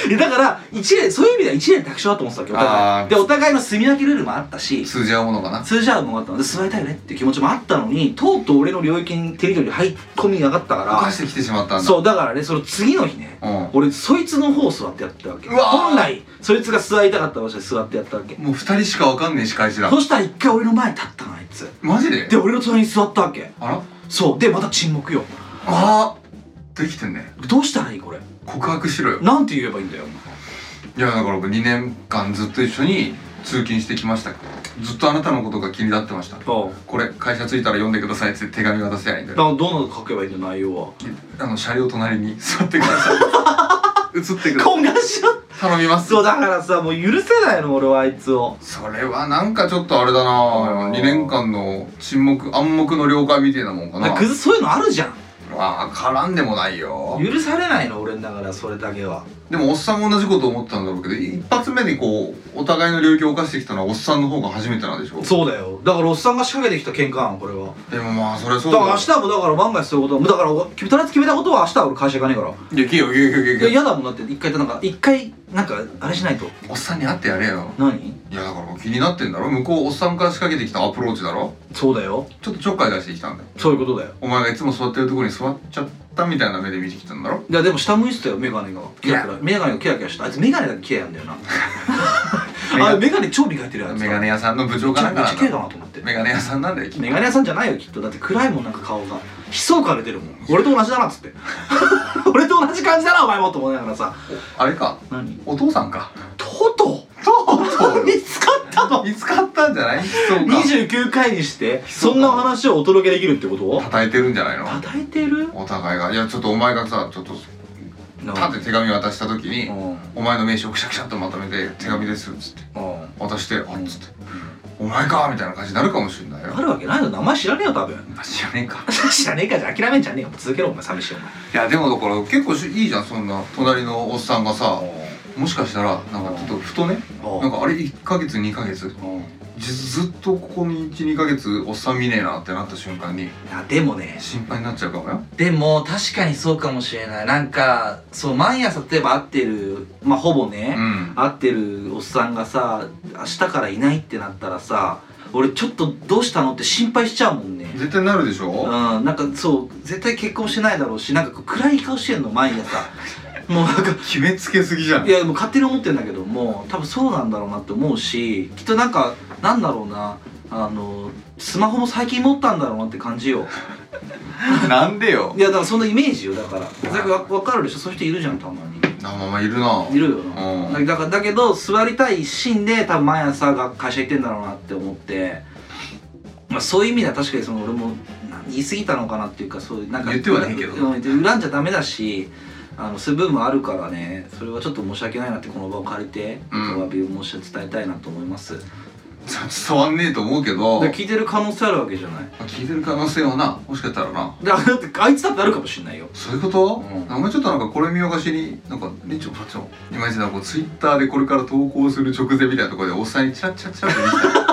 いやだから一年そういう意味では一年楽勝だと思ってたわけどお互あいでお互ーいの住み分けルールもあったし数字合うものかな通じ合うものがあったので座りたいよねっていう気持ちもあったのにとうとう俺の領域にテレビに入り込みやがった犯かしてきてしまったらんだそうだからねその次の日ねうんも俺そいつの方を座ってやってたわけうわー本来そいつが座りたかった場所で座ってやったわけう2人しかわかんねえし返しだそしたら一回俺の前に立ったのあいつマジでで俺の隣に座ったわけあらそうでまた沈黙よあーできてんねどうしたらいいこれ告白しろよなんて言えばいいんだよいやだから僕2年間ずっと一緒に通勤してきましたずっとあなたのことが気になってましたあこれ会社着いたら読んでくださいって手紙渡せやいいんだよあどんなの書けばいいんだよ内容はあの車両隣に座ってくださ い映ってください懇願しよ頼みますそうだからさもう許せないの俺はあいつをそれはなんかちょっとあれだなあー2年間の沈黙暗黙の了解みたいなもんかだからなクズそういうのあるじゃんまあ絡んでもないよ許されないの俺だからそれだけはでもおっさんも同じこと思ってたんだろうけど一発目にこうお互いの領域を犯してきたのはおっさんの方が初めてなんでしょそうだよだからおっさんが仕掛けてきた喧嘩なのこれはでもまあそれそだうから明日もだから万が一そういうことはだからお決めとりあえず決めたことは明日は俺会社行かねえからいや行けよ行けよ行けよ行いやけよ嫌だもんだって一回なんか一回なんかあれしないとおっさんに会ってやれよ何いやだからもう気になってんだろ向こうおっさんから仕掛けてきたアプローチだろそうだよちょっとちょっかい出してきたんだよそういうことだよお前がいつも座ってるところに座っちゃったみたいな目で見てきたんだろいやでも下向いてたよメガネがキラキいラメガネがキラキラしたあいつメガネだけ綺麗なんだよ なメガあれメガネ超磨いてるよあいつメガネ屋さんの部め長っちかなゃんめっちかなゃん綺麗だだなと思ってメガネ屋さんなんだよきっとメガネ屋さんじゃないよきっとだって暗いもんなんか顔が悲壮感出てる もん俺と同じだなっつって 俺と同じ感じだなお前もと思いながらさあれか何お父さんかとうととうとう見つかったのう見つかったんじゃないそうか29回にしてそそうかんなお話をお届けできるってこと叩いてるんじゃないの叩いてるお互いがいやちょっとお前がさちょっとなパンって手紙渡した時にうんお前の名刺をくしゃくしゃっとまとめて手紙ですっつってう渡してあっつってお前かみたいな感じになるかもしれないよんあるわけないよ名前知らねえよ多分知らねえか 知らねえかじゃ諦めんじゃねえよもう続けろお前寂しいお前いやでもだから結構しいいじゃんそんな隣のおっさんがさもしかしたらなんかちょっとふとねうんなんかあれ1ヶ月2ヶ月うんずずっとここに12ヶ月おっさん見ねえなってなった瞬間にあでもね心配になっちゃうかもよでも確かにそうかもしれないなんかそう毎朝例えば会ってるまあほぼうね、ん会ってるおっさんがさ明日からいないってなったらさ俺ちょっとどうしたのって心配しちゃうもんね絶対なるでしうんょなんかそう絶対結婚してないだろうしなんかこう暗い顔してんの毎朝もうなんか決めつけすぎじゃんいやもう勝手に思ってんだけども多分そうなんだろうなって思うしきっとなんかなんだろうなあのスマホも最近持ったんだろうなって感じよなんでよいやだからそんなイメージよだからだから分かるでしょそういう人いるじゃんたまにあまあまあいるないるような、んだからだけど座りたいシーンで多分毎朝が会社行ってんだろうなって思って、まあ、そういう意味では確かにその俺もなん言い過ぎたのかなっていうかそういうなんか言ってはないけどうん恨んじゃダメだしあのそういう部分もあるからねそれはちょっと申し訳ないなってこの場を借りて、うんお詫びを申し伝えたいなと思いますで伝わんねえと思うけど聞いてる可能性あるわけじゃない聞いてる可能性はなもしかしたらなだだってあいつだってあるかもしん ないよそういうこと、うんなんかちょっとなんかこれ見よがしになんかねちょっとちょっと今一度ツイッターでこれから投稿する直前みたいなところでおっさんにチラッチラッチラッと見 てた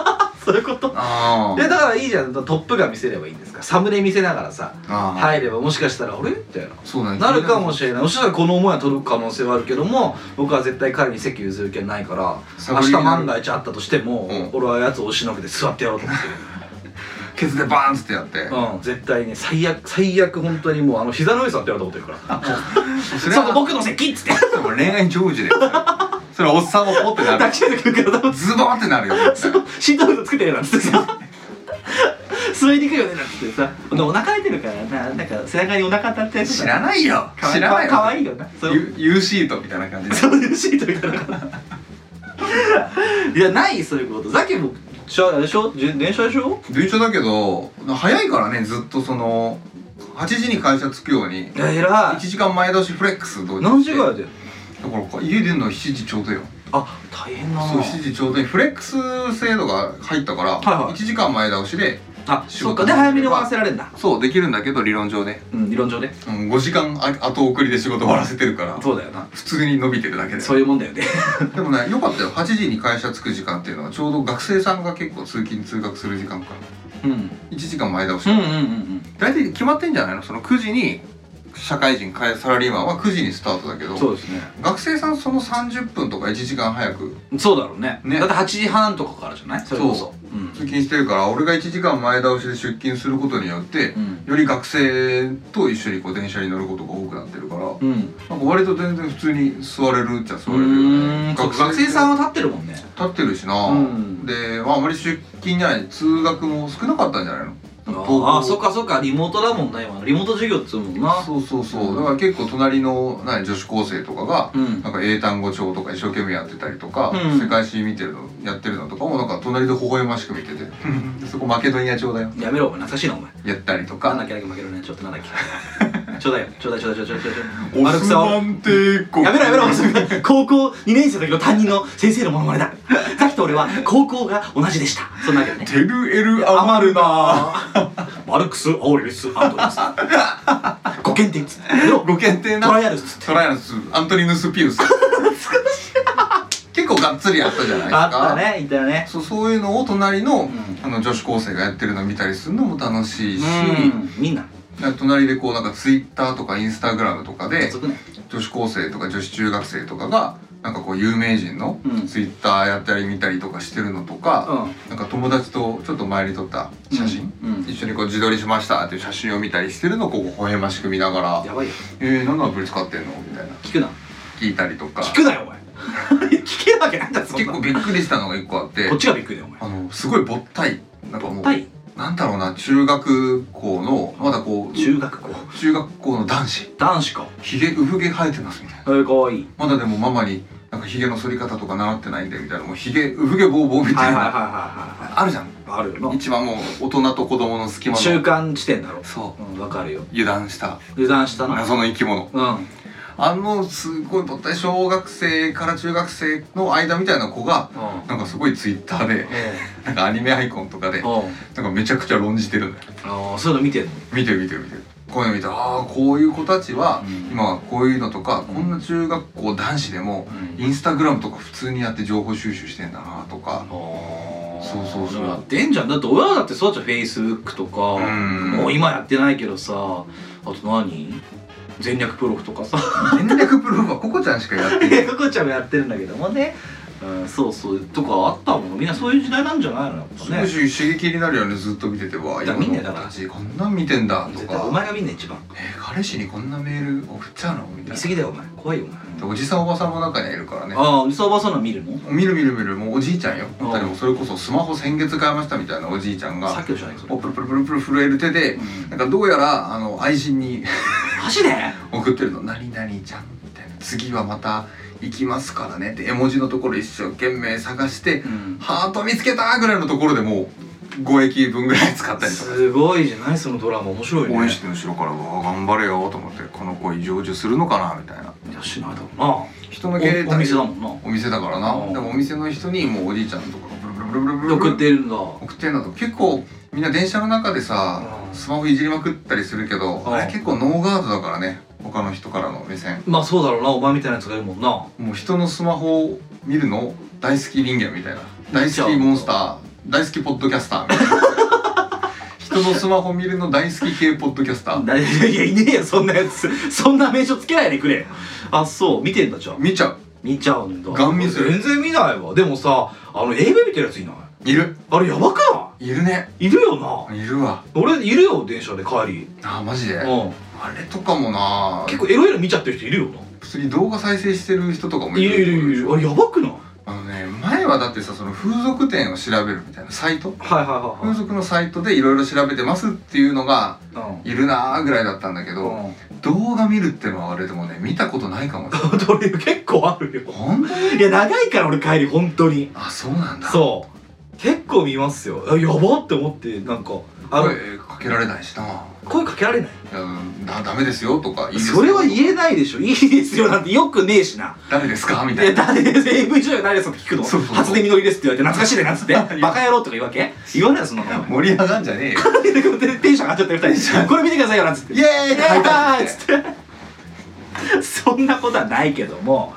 そういうことあでだからいいじゃんトップが見せればいいんですかサムネ見せながらさあはい入ればもしかしたらあれみたいなそうだねなるかもしれないもしかしたらこの思いは届く可能性はあるけども僕は絶対彼に席譲る気はないからサブ明リ日ミナル万が一あったとしても、うん俺はやつを押しのけて座ってやろうと思ってケツでバーンっつってやって、 る、うん、絶対ね最悪最悪本当にもうあの膝の上に座ってやろうと思ってるからそそれうは僕の席っ つってそれも恋愛成就でそれはおっさんもポっ てな抱るきしめてくるけど多分ズボーンってなるよ絶対シートベルトつけてるなんつってさ座りにくいよねなんつってさでお腹空いてるからななんか背中にお腹当たって知らないよかわ知らないよかわいいよなそう U, U シートみたいな感じでそういうシートみたいなのかないやないそういうことさっきもしょあれでしょじゅ電車でしょ電車だけど早いからねずっとその8時に会社着くようにいや偉1時間前倒しフレックスど何時ぐらだいでから家出るのは7時ちょうどよあ大変だなそう7時ちょうどにフレックス制度が入ったから、はいはい1時間前倒しであ仕そ事うかで早めに終わらせられるんだそうできるんだけど理論上ね、うん理論上ねうん、5時間あ後送りで仕事終わらせてるからそうだよな普通に伸びてるだけでそういうもんだよねでもねよかったよ8時に会社着く時間っていうのはちょうど学生さんが結構通勤通学する時間からうん1時間前倒し、うんうんうん大体決まってんじゃないのその9時に社会人かサラリーマンは9時にスタートだけうどんそうですね学生さんその30分とか1時間早くそうだろうねねだって8時半とかからじゃないそれこそそうん通勤してるから俺が1時間前倒しで出勤することによってうんより学生と一緒にこう電車に乗ることが多くなってるからうんなんか割と全然普通に座れるっちゃ座うれるよーねんそう学生さんはは立ってるもんね立ってるしな、うんで、まあ、あまり出勤じゃない通学も少なかったんじゃないのああそっかそっかリモートだもんな今リモート授業っつうもんなそうそうそう、うんだから結構隣の何女子高生とかが、うんなんか英単語帳とか一生懸命やってたりとか、うん世界史見てるのやってるのとかもなんか隣で微笑ましく見ててそこマケドニア帳だよやめろお前懐かしいなお前やったりとなんかだっけだけ負けるねちょっとなんだっけちょうだいよちょうだいちょうだいちょうだいちょうだいちょうだいオスマン帝国やめろやめろ高校2年生の時の担任の先生のモノマネださっきと俺は高校が同じでしたそんなわけでねテルエルア余マルるナなマルクス・アウレリス・アントニス検定っつって。でもご検定なトライアルっつってトライアルスアントニヌス・ピ ウス結構がっつりやったじゃないですかあったね、いたよね。そうそういうのを隣の,、んあの女子高生がやってるの見たりするのも楽しいし、うん、みんな。なんか隣でこうなんかツイッターとかインスタグラムとかで続くね。女子高生とか女子中学生とかがなんかこう有名人のうんツイッターやったり見たりとかしてるのとか、うん。なんか友達とちょっと前に撮った写真、うんうん一緒にこう自撮りしましたっていう写真を見たりしてるのをこう微笑ましく見ながらやばいよ。 「えー、何のアプリ使ってんの?」みたいな聞くな。聞いたりとか聞くなよ、お前。 聞けるわけないんだぞ、そん結な構こびっくりしたのが一個あってっちがびっくりだよ、お前。あのすごいぼったいなんかもうはい、なんだろうな中学校のまだこう中学校。中学校の男子男子か。ひげ産毛生えてますみたいなえー、かわいい。まだでもママになんかひげの剃り方とか習ってないんでみたいなもうひげ産毛ボーボーみはたいいはいはいなはあるじゃんいはい。あるよな。一番もう大人と子供の隙間中の間地点だろ。そうん、わかるよ。う油断した油断したな。謎の生き物うん。あのすごいぼったい小学生から中学生の間みたいな子がうなんかすごいツイッターでなんかアニメアイコンとかでん。うん。なんかめちゃくちゃ論じてるんだよああ、そういうの見てんの。見てる見てる見てるこういうの見てああこういう子たちはうん今はこういうのとかうんこんな中学校男子でもインスタグラムとか普通にやって情報収集してんだなとあかーそうそうそうやってんじゃんだって俺らだってそうじゃんフェイスブックとか、うんもう今やってないけどさあと何全略プロフとかさ 戦略プロフはココちゃんしかやってないここちゃんもやってるんだけどもね、うん、そうそうとかあったもんみんなそういう時代なんじゃないのやっすぱごいね刺激になるよねずっと見ててわだか今らの見んね子えだからたちこんなん見てんだと絶対お前かが見んね一番えー彼氏にこんなメール送っちゃうのみた見いすぎだよお前怖いよお前、なおじさんおばさんも中にはいるからねああおじさんおばあさんの見るの見る見る見るもうおじいちゃんようん本当にもうそれこそスマホ先月買いましたみたいなおじいちゃさんがっきのじゃないそれおプルプルプルプル震える手でうんなんかどうやらあの愛人にマジで送ってるの「何々ちゃん」みたいな「次はまた行きますからね」って絵文字のところ一生懸命探してうん「ハート見つけた!」ぐらいのところでもう5駅分ぐらい使ったりとかすごいじゃないそのドラマ面白いね応援しての後ろから「うわあ頑張れよ」と思って「この子異常受するのかな」みたいないやしないだろうな人の携帯おお店だもんなお店だからなうんでもお店の人にもうおじいちゃんとかがブルブルブルブルブルブル送ってるんだ送ってんだと結構みんな電車の中でさうんスマホいじりまくったりするけどうんあれ結構ノーガードだからね他の人からの目線まあそうだろうなお前みたいなやつがいるもんなもう人のスマホを見るの大好き人間みたいな大好きモンスター大好きポッドキャスター みたいな人のスマホ見るの大好き系ポッドキャスター誰いやいねえよそんなやつそんな名称つけないでくれあそう見てんだじゃあ見ちゃう見ちゃうんだガン見する全然見ないわでもさあの AV 見てるやついないいるあれやばくないるねいいるよないるわ俺いるよ電車で帰りあーマジでうあんれとかもな結構エロエロ見ちゃってる人いるよ普通に動画再生してる人とかなもいいるるいるいるいるあれやばくないはいあのね前はだってさその風俗店を調べるみたいなサイトはい風俗のサイトでいろいろ調べてますっていうのがいはいるなーぐらいだったんだけいど、うん、動画見るってのはあれでもね見たことないかもどれ結構あるよほんとにいや長いから俺帰り本当にあそうなんだそう結構見ますよあやばって思ってなんかあの声かけられないしな声かけられないいやだダメですよとかいいですよそれは言えないでしょいいですよなんてよくねえしな誰ですかみいたいやな誰です AV 女優誰ですかって聞くのそうそうそう初音みのりですって言われて懐かしいねなんつってバカ野郎とか言うわけ言わないよそんなの盛り上がんじゃねえよテンション上がっちゃってる二人これ見てくださいよなんつってイエーイって入ったイエーイっつってそんなことはないけども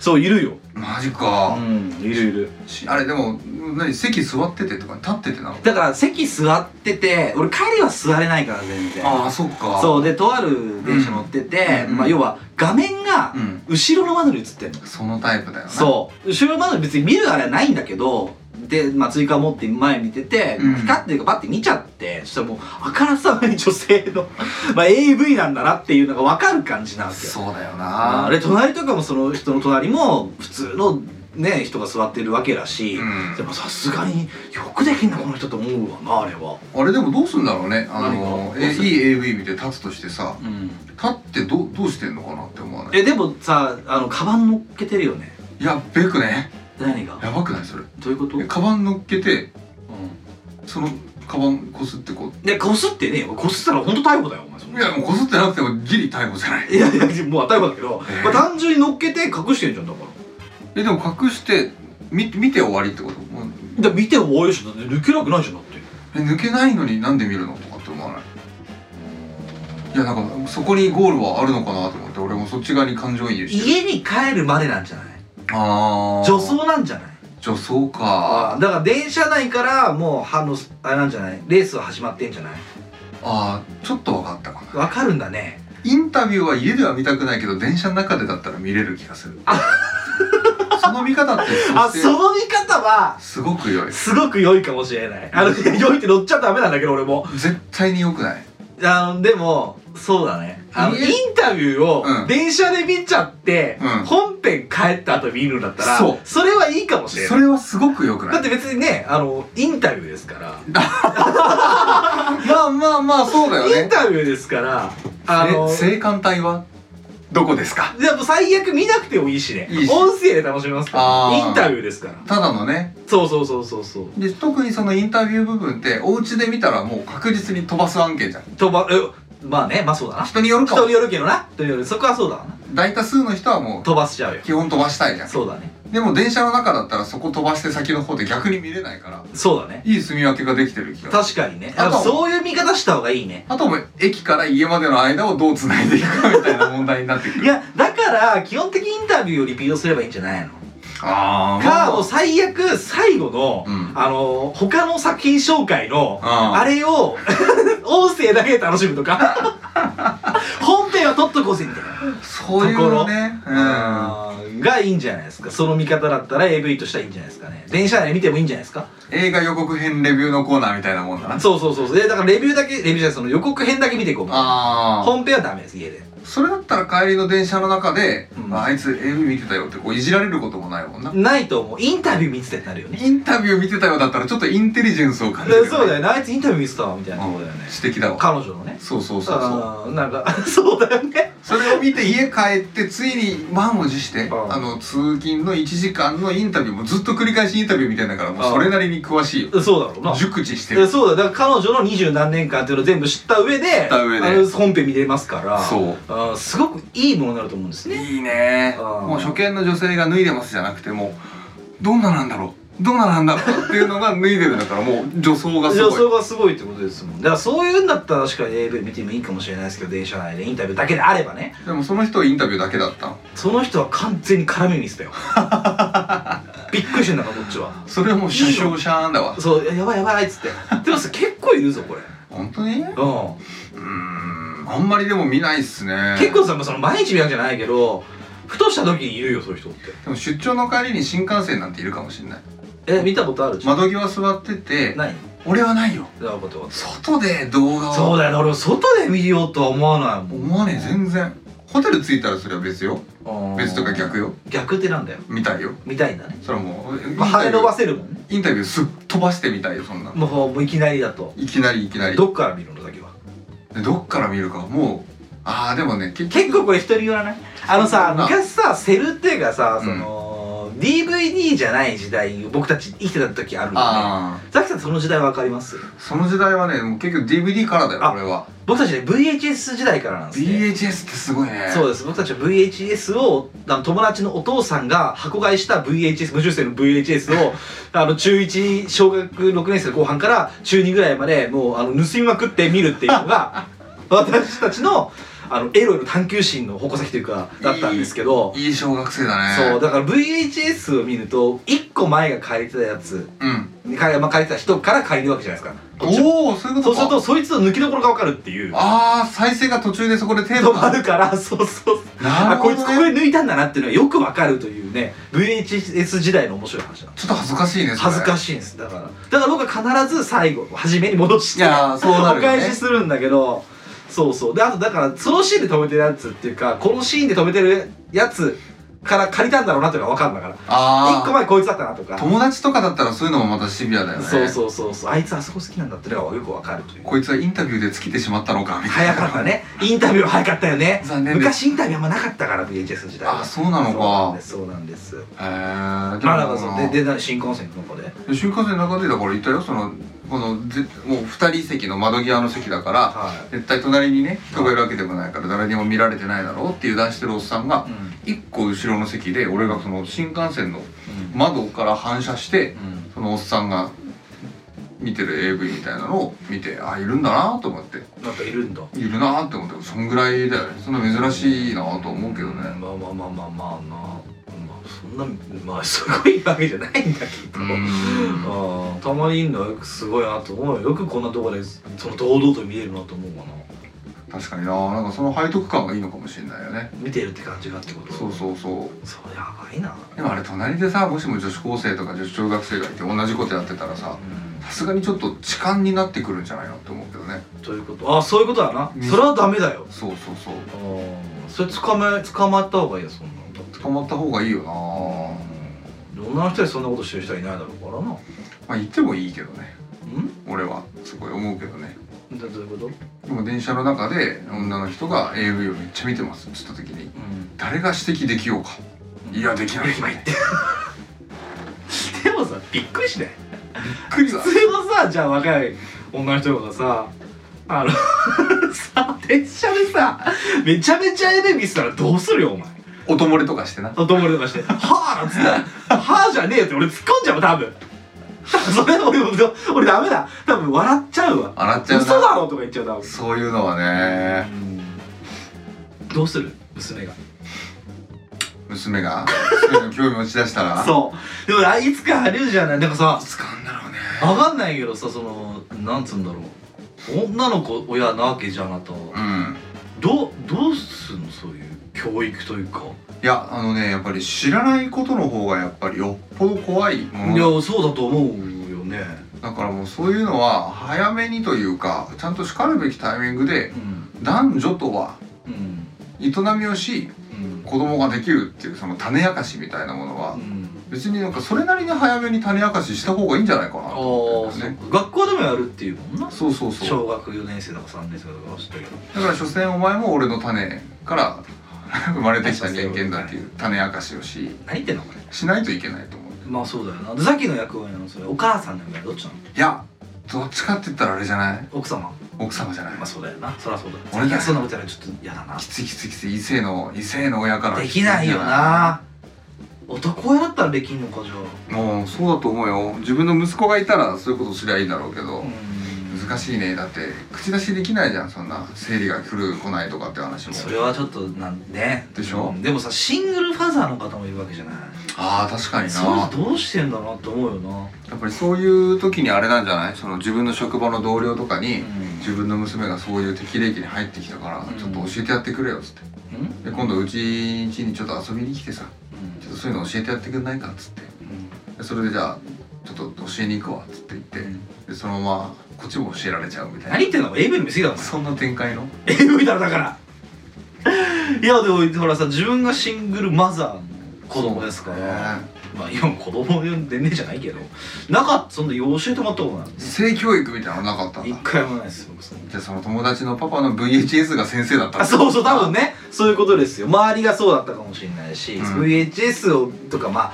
そういるよマジうか、んいるいるしあれでも何席座っててとか立っててなのだから席座ってて俺帰りは座れないから全然ああそっかそううでとある電車乗ってて、うんまあ、要は画面がうん後ろの窓に映ってるの、そのタイプだよねそう後ろの窓に別に見るあれはないんだけどで、まあ、追加持って前見てて、うんピカッていうかバッて見ちゃってそしたらもうあからさまに女性の まあ AV なんだなっていうのが分かる感じなんですよそうだよあなーで隣とかもその人の隣も普通のね人が座ってるわけだし、うんでもさすがによくできんなこの人と思うわなあれは、あれでもどうすんだろうねあ何のがえどうするいい AV 見て立つとしてさ立ってどうどうしてんのかなって思わないえでもさあのカバン乗っけてるよねやっべくね何がやばくないそれどういうこと、えカバン乗っけてうそのカバンこすってこん、でこすってねえよこすったら本当逮捕だよお前そんうないやもうこすってなくてもギリ逮捕じゃないいやいやもう当たり前だけど、えーまあ、単純に乗っけて隠してんじゃんだからえでも隠して見見て終わりってこともうだから見ても終わりでしょだって抜けなくないじゃんだってえ抜けないのになんで見るのとかって思わないいやなんかそこにゴールはあるのかなと思って俺もそっち側に感情移入してる家に帰るまでなんじゃないああ女装なんじゃない女装かだから電車内からもうあのあれなんじゃないレースは始まってんじゃないあーちょっと分かったかなわかるんだねインタビューは家では見たくないけど電車の中でだったら見れる気がする その見方ってあそそしての見方はすごく良いすごく良いかもしれないあのいや良いって乗っちゃダメなんだけど俺も絶対に良くないあのでもそうだねあのイいえンタビューうをん電車で見ちゃって、うん本編帰った後見るんだったらそうれはいいかもしれそないれはすごく良くないだって別にねあのインタビューですからまあまあまあそうだよインねタビューですからあのえ青函隊はどこですかでも最悪見なくてもいいしねいいし音声で楽しめますかあらーインタビューですからただのねそうそうそうそうそうで特にそのインタビュー部分ってお家で見たらもう確実に飛ばす案件じゃんとばえまあねまあそうだな人によるか人もによるけどな人によるそこはそうだわな大多数の人はも飛ばしちゃうよう基本飛ばしたいじゃんそうだねでも電車の中だったらそこ飛ばして先の方で逆に見れないからそうだねいい住み分けができてる気がする確かにねあとやっぱそういう見方した方がいいねあともう駅から家までの間をどう繋いでいくかみたいな問題になってくる いやだから基本的にインタビューをリピートすればいいんじゃないのあーまかもう最悪最後の、うんあの他の作品紹介のああれを 音声だけで楽しむとか 本編は撮っとこうぜみたいなそういうのねうんがいいんじゃないですかその見方だったら AV としてはいいんじゃないですかね電車内見てもいいんじゃないですか映画予告編レビューのコーナーみたいなもんだなそうそうそうそうでだからレビューだけレビューじゃないその予告編だけ見ていこうああ本編はダメです家でそれだったら帰りの電車の中で、うんああいつ AV 見てたよってこういじられることもないもんなないと思うインタビュー見てたってなるよねインタビュー見てたよだったらちょっとインテリジェンスを感じるよでそうだよねあいつインタビュー見てたわみたいなとこだよねうん知的だわ彼女のねそうそうそうそうあーなんか そうだよねそれを見て家帰ってついに満を持してうんあの通勤の1時間のインタビューもずっと繰り返しインタビューみたいだからもううんそれなりに詳しいよそうだろうな熟知してでるそうだだから彼女の二十何年間っていうのを全部知った上でた上であの本編見れますからそうあーすごくいいものになると思うんですねいいねうんもう初見の女性が脱いでますじゃなくてもうどんななんだろうどんななんだろうっていうのが脱いでるんだからもう女装がす女ごい装がすごいってことですもんだからそういうんだったら確かに AV 見てもいいかもしれないですけど電車内でインタビューだけであればねでもその人はインタビューだけだったのその人は完全に絡み見せ たよびっくりしてんだからこっちはそれはもう首相シャーンだわそうやばいやばいっつってでもさ結構いるぞこれ本当にううーんあんまりでも見ないっすねん結構さまあその毎日見るわけじゃないけどふとした時にいるよそういう人ってでも出張の帰りに新幹線なんているかもしれないえ見たことある窓際座っててない俺はないよなことは外で動画をそうだよね俺外で見ようとは思わないもん思わねえ全然ホテル着いたらそれは別よあー別とか逆よ逆ってなんだよ見たいよ見たいんだねそれはもう、まあ羽インタビ伸ュばーせるもんねインタビューすっ飛ばしてみたいよそんなのもうもういきなりだといきなりいきなりどっから見るのだけはでどっから見るかもうああでもね結結構これ人に言わないあのさまあ昔さセルっていうかさうんその、DVD じゃない時代僕たち生きてた時あるよねあザキさんその時代わかりますあその時代はねもう結局 DVD からだよあ俺は僕たちね VHS 時代からなんですね VHS ってすごいねそうです僕たちは VHS をあの友達のお父さんが箱買いした VHS 無修正の VHS をあの中1小学6年生の後半から中2ぐらいまでもうあの盗みまくって見るっていうの が私たちのあのエロへの探求心の矛先というかだったんですけどいい小学生だねそうだから VHS を見ると1個前が借りてたやつうん借り,、まあ、借りてた人から借りるわけじゃないですかこっちもおおそういうそこうとするかとそいつの抜きどころが分かるっていうああ再生が途中でそこでテー止マまがるから そうそうなあるほこどいつこねこで抜いたんだなっていうのはよく分かるというね VHS 時代の面白い話なんですちょっと恥ずかしいねそれ恥ずかしいんですだからだから僕は必ず最後初めに戻していやーそうなるよねお返しするんだけどそうそうであとだからそのシーンで止めてるやつっていうかこのシーンで止めてるやつから借りたんだろうなというのが分かるんだからあ1個あ前こいつだったなとか友達とかだったらそういうのもまたシビアだよねそうそうそうそうあいつあそこ好きなんだってのがよくわかるというこいつはインタビューで尽きてしまったのかみたい早なかったねインタビューは早かったよね残念です昔インタビューあんまなかったから VHS 時代はあそうなのそうなんかですそうなんですへえまあまあだからそうででな新幹線の中で新幹線の中でだから言ったよそのこのぜもう2人席の窓際の席だからは絶対隣にね人がいるわけでもないから誰にも見られてないだろうって油断してるおっさんがいうん1個後ろの席で俺がその新幹線のうん窓から反射してうんそのおっさんが見てる AV みたいなのを見てあいるんだなと思ってなんかいるんだいるなって思ってそんぐらいだよねそんな珍しいなと思うけどまあねまあまあまあまあまあまあそんなまあすごいわけじゃないんだけど、うんあーたまにいんのはよくすごいなと思うよよくこんなとこでその堂々と見れるなと思うかな確かにななんかその背徳感がいいのかもしれないよね見てるって感じがってことそうそうそうそれやばいなでもあれ隣でさもしも女子高生とか女子中学生がいて同じことやってたらささすがにちょっと痴漢になってくるんじゃないのって思うけどねということあそういうことだなうんそれはダメだよそうそうそうああそれ捕まえ捕まった方がいいよそんなのだって捕まった方がいいよな女の人でそんなことしてる人はいないだろうからなまあ言ってもいいけどねうん俺はすごい思うけどねだどういうことうんでも電車の中で女の人が AV をめっちゃ見てますっつった時に誰が指摘できようかいやできない今言って でもさびっくりしないくり普だ通のさじゃあ若い女の人がさあの さ電車でさめちゃめちゃエレミスたらどうするよお前おともれとかしてなと思いまして「はあ」なんつって「はあ」じゃねえよって俺突っ込んじゃう多分 それ俺俺俺ダメだ多分笑っちゃうわ洗っちゃう嘘だなろとか言っちゃう多分そういうのはねどうする娘が娘が娘の興味持ち出したらうそうでもあいつかあるじゃないなんかさ使うんだろうねわかんないけどさそのなんつうんだろう女の子親なわけじゃんあなたはうんどうどうすんのそういう教育というかいやあのねやっぱり知らないことの方がやっぱりよっぽど怖いものいやそうだと思うよねだからもうそういうのは早めにというかちゃんと叱るべきタイミングでうん男女とはうん営みをしうん子供ができるっていうその種明かしみたいなものはうん別になんかそれなりに早めに種明かしした方がいいんじゃないかなああと思っー、てるんだよねそうか学校でもやるっていうもんなそうそうそう小学4年生とか3年生とか知ったけどだから所詮お前も俺の種から生まれてきた人間だっていう種明かしをし何言ってんのこれしないといけないと思うまあそうだよなでさっきの役割なのそれお母さんの役割どっちなのいやどっちかって言ったらあれじゃない奥様奥様じゃないまあそうだよなそりゃそうだよ俺だよいやそんなことやらちょっと嫌だなきついきついきつい異性の異性の親からできないよな男親だったらできんのかじゃあもうそうだと思うよ自分の息子がいたらそういうことすりゃいいんだろうけど、うん難しいねだって口出しできないじゃんそんな生理が来る来ないとかって話もそれはちょっとなんねでしょうんでもさシングルファザーの方もいるわけじゃないああ確かになそれどうしてんだなって思うよなやっぱりそういう時にあれなんじゃないその自分の職場の同僚とかに、自分の娘がそういう適齢期に入ってきたから、うんちょっと教えてやってくれよっつってうんうんで今度うちん家にちょっと遊びに来てさちょっとそういうの教えてやってくんないかっつってでそれでじゃあちょっと教えに行くわっつって言って、うんでそのままこっちも教えられちゃうみたいな何言ってんの AV の見過ぎだもんそんな展開の AV だろだから いやでもほらさ自分がシングルマザーの子供ですから、そうねまあ今子供呼んでねえじゃないけどなかったそんな教えてもらったことない性教育みたいなのなかったん一だ回もないです僕そんなじゃあその友達のパパの VHS が先生だったあそうそう多分ねそういうことですよ周りがそうだったかもしれないし、うん VHS をとかまあ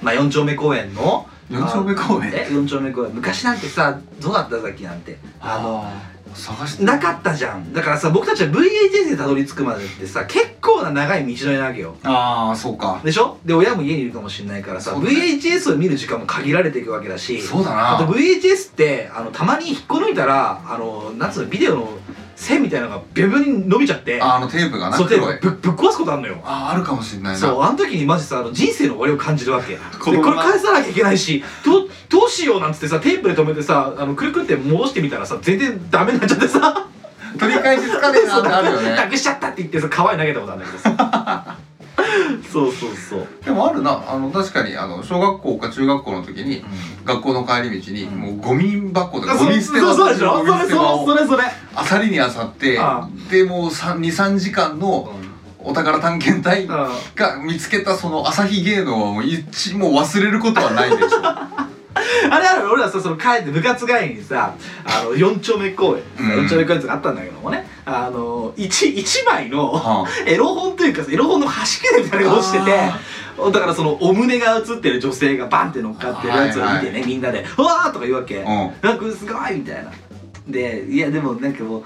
まあ4丁目公園の4丁目公園え4丁目公園昔なんてさどうだったさっきなんてあのの探してなかったじゃんだからさ僕たちは VHS でたどり着くまでってさ結構な長い道のりなわけよああそうかでしょで親も家にいるかもしれないからさ、そうだね VHS を見る時間も限られていくわけだしそうだあなと VHS ってあのたまに引っこ抜いたらあのなんつうのビデオの線みたいなのがビュブに伸びちゃってああのテープがなそう黒でいぶぶっ壊すことあんのよあああるかもしれないなそうあの時にマジさあの人生の終わりを感じる わけでこ子れ供が返さなきゃいけないしどうどうしようなんつってさテープで止めてさあのくるくるって戻してみたらさ全然ダメになっちゃってさ取り返しつかねえなってあるよなねくしちゃったって言ってさ川に投げたことあるんだけどさ そうそうそう、でもあるなあの確かにあの小学校か中学校の時に学校の帰り道にうんもうゴミ箱とかそゴミ捨てそ場うそうでしょゴミ捨て場そをれそれそれあさりにあさってあでもう23時間のお宝探検隊がう見つけたその朝日芸能はもう一もう忘れることはないでし ょん あれある俺らさその帰って部活帰りにさあの4丁目公園、うん4丁目公園とかあったんだけどもねあの 1, 一枚の、は エロ本というかエロ本の端切れみたいなのが落ちててあだからそのお胸が映ってる女性がバンって乗っかってるやつを見てね、はいみんなで「うわー!」とか言うわけ「んなんかすごい!」みたいなでいやでもなんかも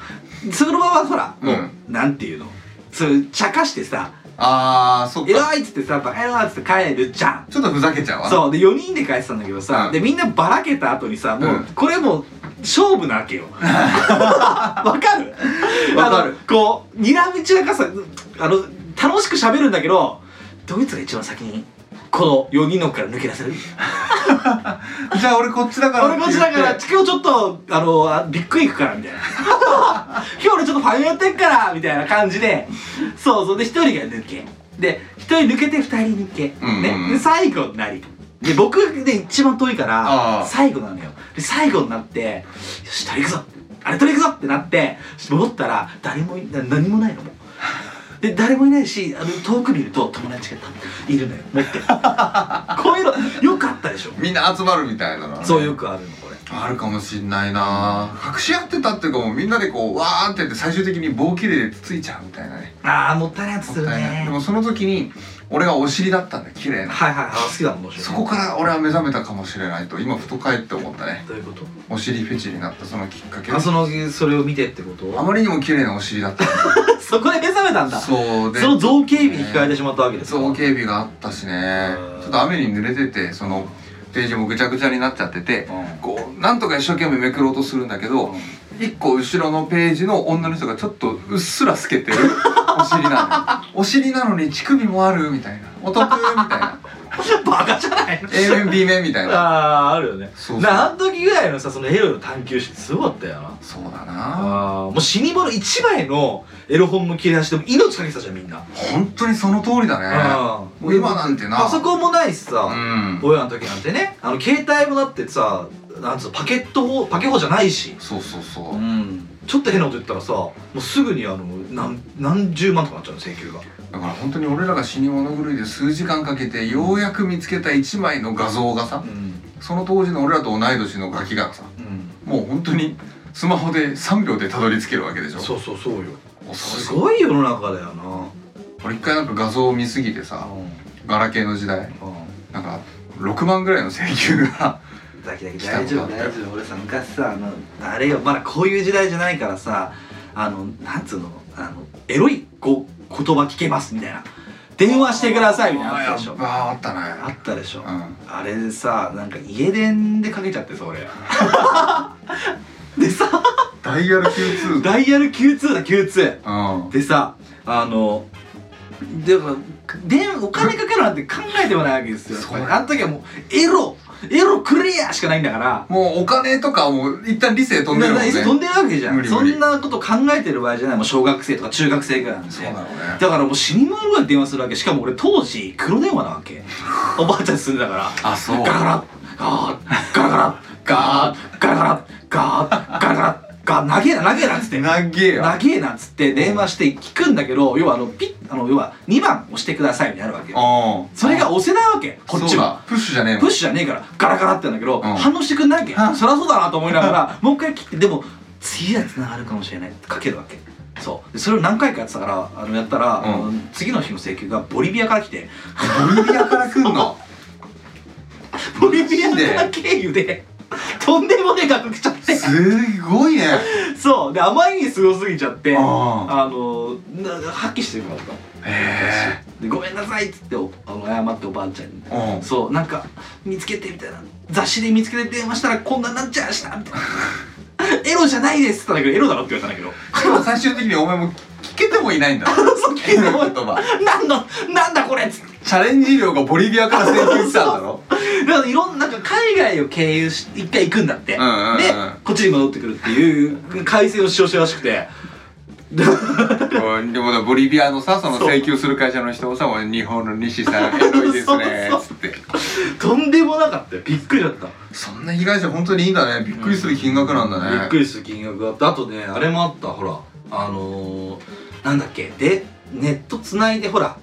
うそのままほらもう、うんなんていうのそう茶化してさあーそっか偉いっつってさ、バカ野郎っつって帰るじゃん。ちょっとふざけちゃうわそう。で、4人で帰ってたんだけどさ、うんで、みんなばらけた後にさ、もう、うんこれもう、勝負なわけ よ。わかるわかるあのこう、睨み散らかさ、あの、楽しく喋るんだけど、どいつが一番先に、この4人の奥から抜け出せるじゃあ俺こっちだから俺こっちだからて今日ちょっとあのあビッグ行くから みたいな今日俺ちょっとファミやってっからみたいな感じでそうそうで一人が抜けで一人抜けて二人抜け、うんうんうんね、で最後になりで僕で一番遠いかあーら最後なのよで最後になって「よし取り行くぞあれ取り行くぞ!」ってなって戻ったら誰もいな何もないのもうで誰もいないしあの遠く見ると友達がいるのよ 持ってるこういうのよかったでしょみんな集まるみたいなのはねそうよくあるのこれあるかもしんないな隠し合ってたっていうかもうみんなでこうわーってやって最終的に棒切れでつついちゃうみたいなねああもったいないやつもっするねたいないでもその時に俺がお尻だったんだよ綺麗なはいはいはい好きだもんそこから俺は目覚めたかもしれないと今ふとかえって思ったねどういうことお尻フェチになったそのきっかけあそのそれを見てってこあとまりにも綺麗なお尻 だったんそこで目覚めたんだだそうでその造形美に惹かれてしまったわけですか造形美があったしねうんちょっと雨に濡れててそのページもぐちゃぐちゃになっちゃっててうんこうなんとか一生懸命めくろうとするんだけど一個後ろのページの女の人がちょっとうっすら透 けてるお尻なのよお尻なのに乳首もあるみたいなお得みたいな バカじゃない A 面 B 面みたいなああーあるよねそうそうなあの時ぐらいのさそのエロの探求心すごかったよなそうだなあーもう死に物一枚のエロ本も切り出しても命かけてたじゃんみんな、本当にその通りだねうんもう今なんてなパソコンもないしさ、うん俺らの時なんてねあの携帯もだってさなんつうのパケット法パケ法じゃないしそうそうそううんちょっと変なこと言ったらさもうすぐにあの何何十万とかなっちゃうの請求がだから本当に俺らが死に物狂いで数時間かけてようやく見つけた一枚の画像がさんその当時の俺らと同い年のガキがさうんもう本当にスマホで3秒でたどり着けるわけでしょそうそうそうよす恐ろごしいい世の中だよな俺一回なんか画像を見すぎてさガラケーの時代うんなんか6万ぐらいの請求がだけだけ来た大こと丈あっ夫たよ大丈夫俺さ昔さあのあれよまだこういう時代じゃないからさあのなんつうのあのエロいこ言葉聞けますみたいな電話してくださいみたいなのあったでしょああったあねったでしょ、うんあれでさなんか家電でかけちゃってさ 俺でさダイヤル Q2 ダイヤル Q2 だ Q2 うんでさあのでもでお金かかるなんて考えてもないわけですよやっぱりそうあの時はもうエロエロクリアしかないんだからもうお金とかはもう一旦理性飛んでるもんなねな飛んでるわけじゃん無理無理そんなこと考えてる場合じゃないもう小学生とか中学生ぐらいなんでそうだろうねだからもう死に物ぐらい電話するわけしかも俺当時黒電話なわ けおばあちゃん住んでたからあそうガラガラガーガラガラガーガラガラガーガラガラガー長えな長えなっつって長えよ長えなっつって電話して聞くんだけど要はあのピッあの要は2番押してくださいみたいになるわけようんそれが押せないわけこっちそうはだプッシュじゃねえもんプッシュじゃねえからガラガラってなんだけど、ん反応してくんないわけはあそりゃそうだなと思いながらもう一回切ってでも次は繋がるかもしれないってかけるわけそうでそれを何回かやってたからあのやったら、んあの次の日の請求がボリビアから来てボリビアから来ん のボリビアから経由でとんでもねえ額来ちゃってすごいねそうであまりにすごすぎちゃってああーのな発揮してもらったへでごめんなさいっつっておあの謝っておばあちゃんにえうんそうなんか見つけてみたいな雑誌で見つけて電話したらこんなになっちゃうしたみたいな エロじゃないですって言ったんだけどエロだろって言われたんだけでも最終的にお前も聞けてもいないんだ ど嘘 聞いても言 葉なんのなんだこれっつってチャレンジ料がボリビアから請求したん だろだからいろんななんか海外を経由し一回行くんだって、うんうんうんでこっちに戻ってくるっていう改正を主張してるらしくてうんでもだボリビアのさそのそう請求する会社の人もさもう日本の西さんエロいですね そうつってとんでもなかったよびっくりだったそんな被害者本当にいいんだねびっくりする金額なんだねびっくりする金額があったあとねあれもあったほらあのー、なんだっけでネットつないでほら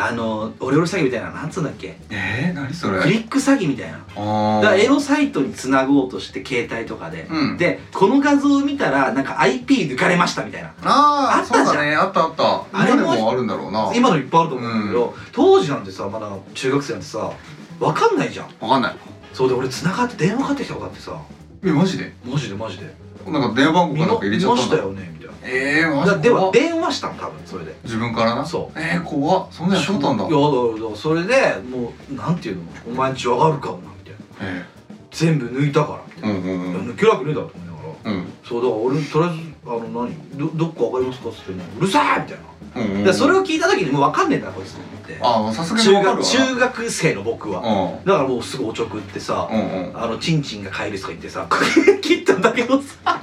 あのー、オレオレ詐欺みたいななんつうんだっけえー、何それクリック詐欺みたいなあだからエーロサイトにつなごうとして携帯とかで、うんでこの画像を見たらなんか IP 抜かれましたみたいなああーったじゃそうんだねあったあったあれ今でももあるんだろうな今のいっぱいあると思うんだけど、当時なんてさまだ中学生なんてさわかんないじゃんわかんないそうで俺つながって電話かかってきたことあってさえマジでマジでマジでなんか電話番号見かなんまか入れちゃっ見たまんしだたよねみたいええー、マなジだでは怖っ電話したの多分それで自分からなそうえー、怖っそんなんやっとったんいやだだからそれでもうなんていうのお前んち上がるかもなみたいなえ全部抜いたからみたいー、うんうんうな、ん抜けるわけねえだろと思いながらうんそうだから俺とりあえずあの何どどっかわかりますかっつってねうるさいみたいな、うんうんでそれを聞いた時にもうわかんねえんだなこいつと思ってあーさすがに中分かる学わ中学生の僕は、うだからもうすぐおちょくってさ、んうんうんあのチンチンが帰りとか言ってさ切ったんだけどさ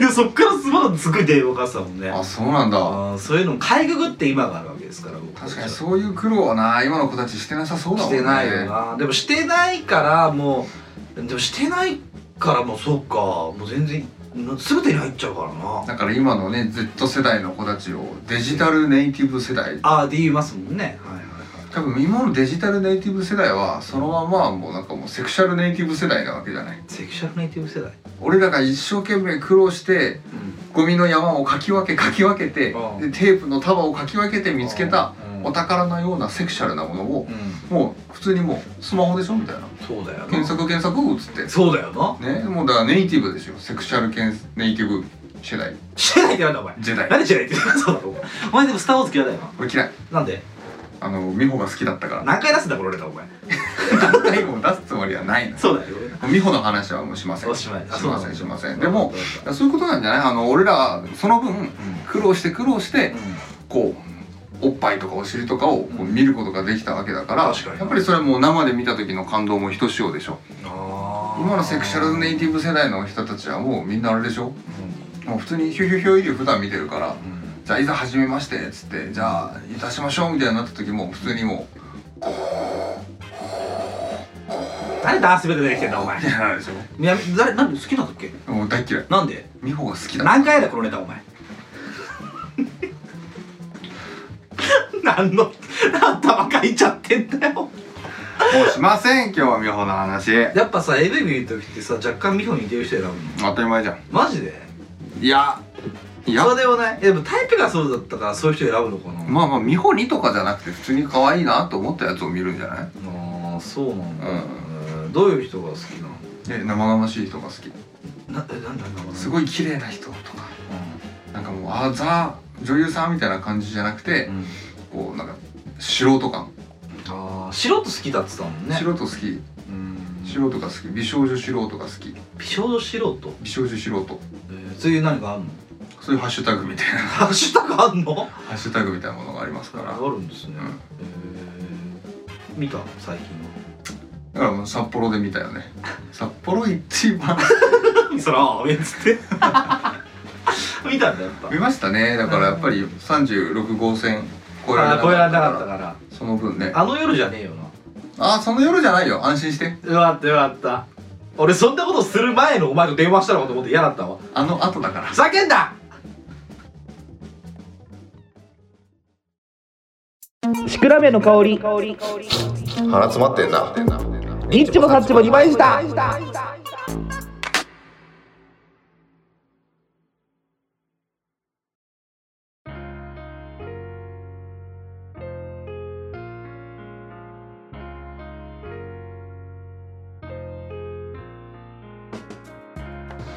でそっからすまんすごい電話かかってたもんねあそうなんだあーそういうのもかいくぐって今があるわけですから僕確かにそういう苦労はな今の子たちしてなさそうだもしんねてないよなでもしてないからもうでもしてないからもうそうかもう全然全てに入っちゃうからなだから今のね Z 世代の子たちをデジタルネイティブ世代ああで言いますもんねはいはいはい多分今のデジタルネイティブ世代はそのままもうなんかもうセクシャルネイティブ世代なわけじゃないセクシャルネイティブ世代俺らが一生懸命苦労してゴミの山をかき分けかき分けてうんでテープの束をかき分けて見つけたうんお宝のようなセクシャルなものをうん、もう普通にもうスマホでしょみたいなそうだよな検索検索を打つってそうだよなねもうだからネイティブですよセクシャル検ネイティブ世代してないってなんだお 前時代何してないってそうだろお前お前でもスターウォーズ嫌いだよな俺嫌いなんであの美穂が好きだったから何回出すんだこれ俺だお前何回も出すつもりはないのそうだよ美穂の話はもうしませんおしまいあしそうなまんせだんしませんでもそういうことなんじゃないあの俺らその分苦労して苦労してうんこうおっぱいとかお尻とかをこう見ることができたわけだから、確かにやっぱりそれはもう生で見た時の感動もひとしおでしょあー今のセクシャルネイティブ世代の人たちはもうみんなあれでしょもう普通にヒュヒュヒュイリ普段見てるからうんじゃあいざ始めましてっつってじゃあいたしましょうみたいになった時も普通にもう何ダンスベル出てきてんだお前みたいになるでしょいや誰なんで好きなんだっけもう大っ嫌いなんで美穂が好きだ何回だこのネタお前 何の何頭かいちゃってんだよもうしません今日は美穂の話やっぱさ AV 見る時ってさ若干美穂に似てる人選ぶの当たり前じゃんマジでいやいやそうでもないでもタイプがそうだったからそういう人選ぶのかなまあまあ美穂にとかじゃなくて普通に可愛いなと思ったやつを見るんじゃないああそうなんだ、うん、どういう人が好きなのえ生々しい人が好きなえなんだなんだろうすい、ごい綺麗な人とかなんかもうあザ女優さんみたいな感じじゃなくてうんうん、こうなんか素人感ああ素人好きだって言ってたもんね素人好きうん素人が好き美少女素人が好き美少女素人、美少女素人えー、そういう何かあんの そういうハッシュタグみたいなハッシュタグあんのハッシュタグみたいなものがありますからあるんですね、うんえー見た最近だからもう札幌で見たよね札幌一番のそらあめっつって 見たんだやっぱ見ましたねだからやっぱり36号線超えられなあー超えられなかかっったたからからその分ねあの夜じゃねえよなあーその夜じゃないよ安心してよかったよかった俺そんなことする前のお前と電話したのかと思って嫌だったわあの後だからふざけんなシクラメンの香り鼻詰まってんなニッチもサッチも2枚した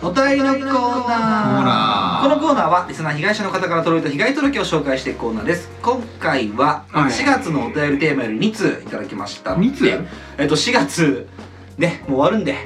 お便りのコーナーナーこのコーナーはリスナー被害者の方から届いた被害届を紹介していくコーナーです今回ははい4月のお便りテーマより2通いただきました2通でえっと4月ねもう終わるんで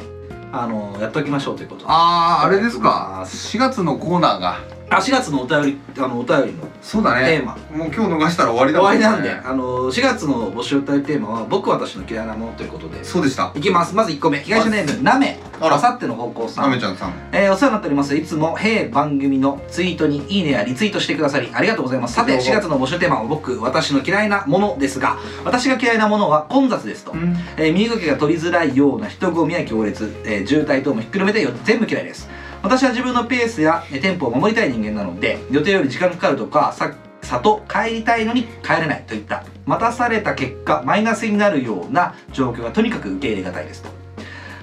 あのやっておきましょうということああーあれですか4月のコーナーが4月のお便りあのお便りのそうだテねーマもう今日逃したら終わり終だもわんりねなんであの4月の募集お便りテーマは「僕私の嫌いなもの」ということでそうでしたいきますまず1個目被害者ネームなめあらあさっての方向さアんメちゃんさんえーお世話になっておりますいつも「へい番組」のツイートに「いいね」やリツイートしてくださりありがとうございますさて4月の募集テーマは僕私の嫌いなものですが私が嫌いなものは混雑ですと、えー身動きが取りづらいような人混みや行列、えー渋滞等もひっくるめてよ全部嫌いです私は自分のペースやえーテンポを守りたい人間なので予定より時間かかるとかさ里帰りたいのに帰れないといった待たされた結果マイナスになるような状況がとにかく受け入れがたいですと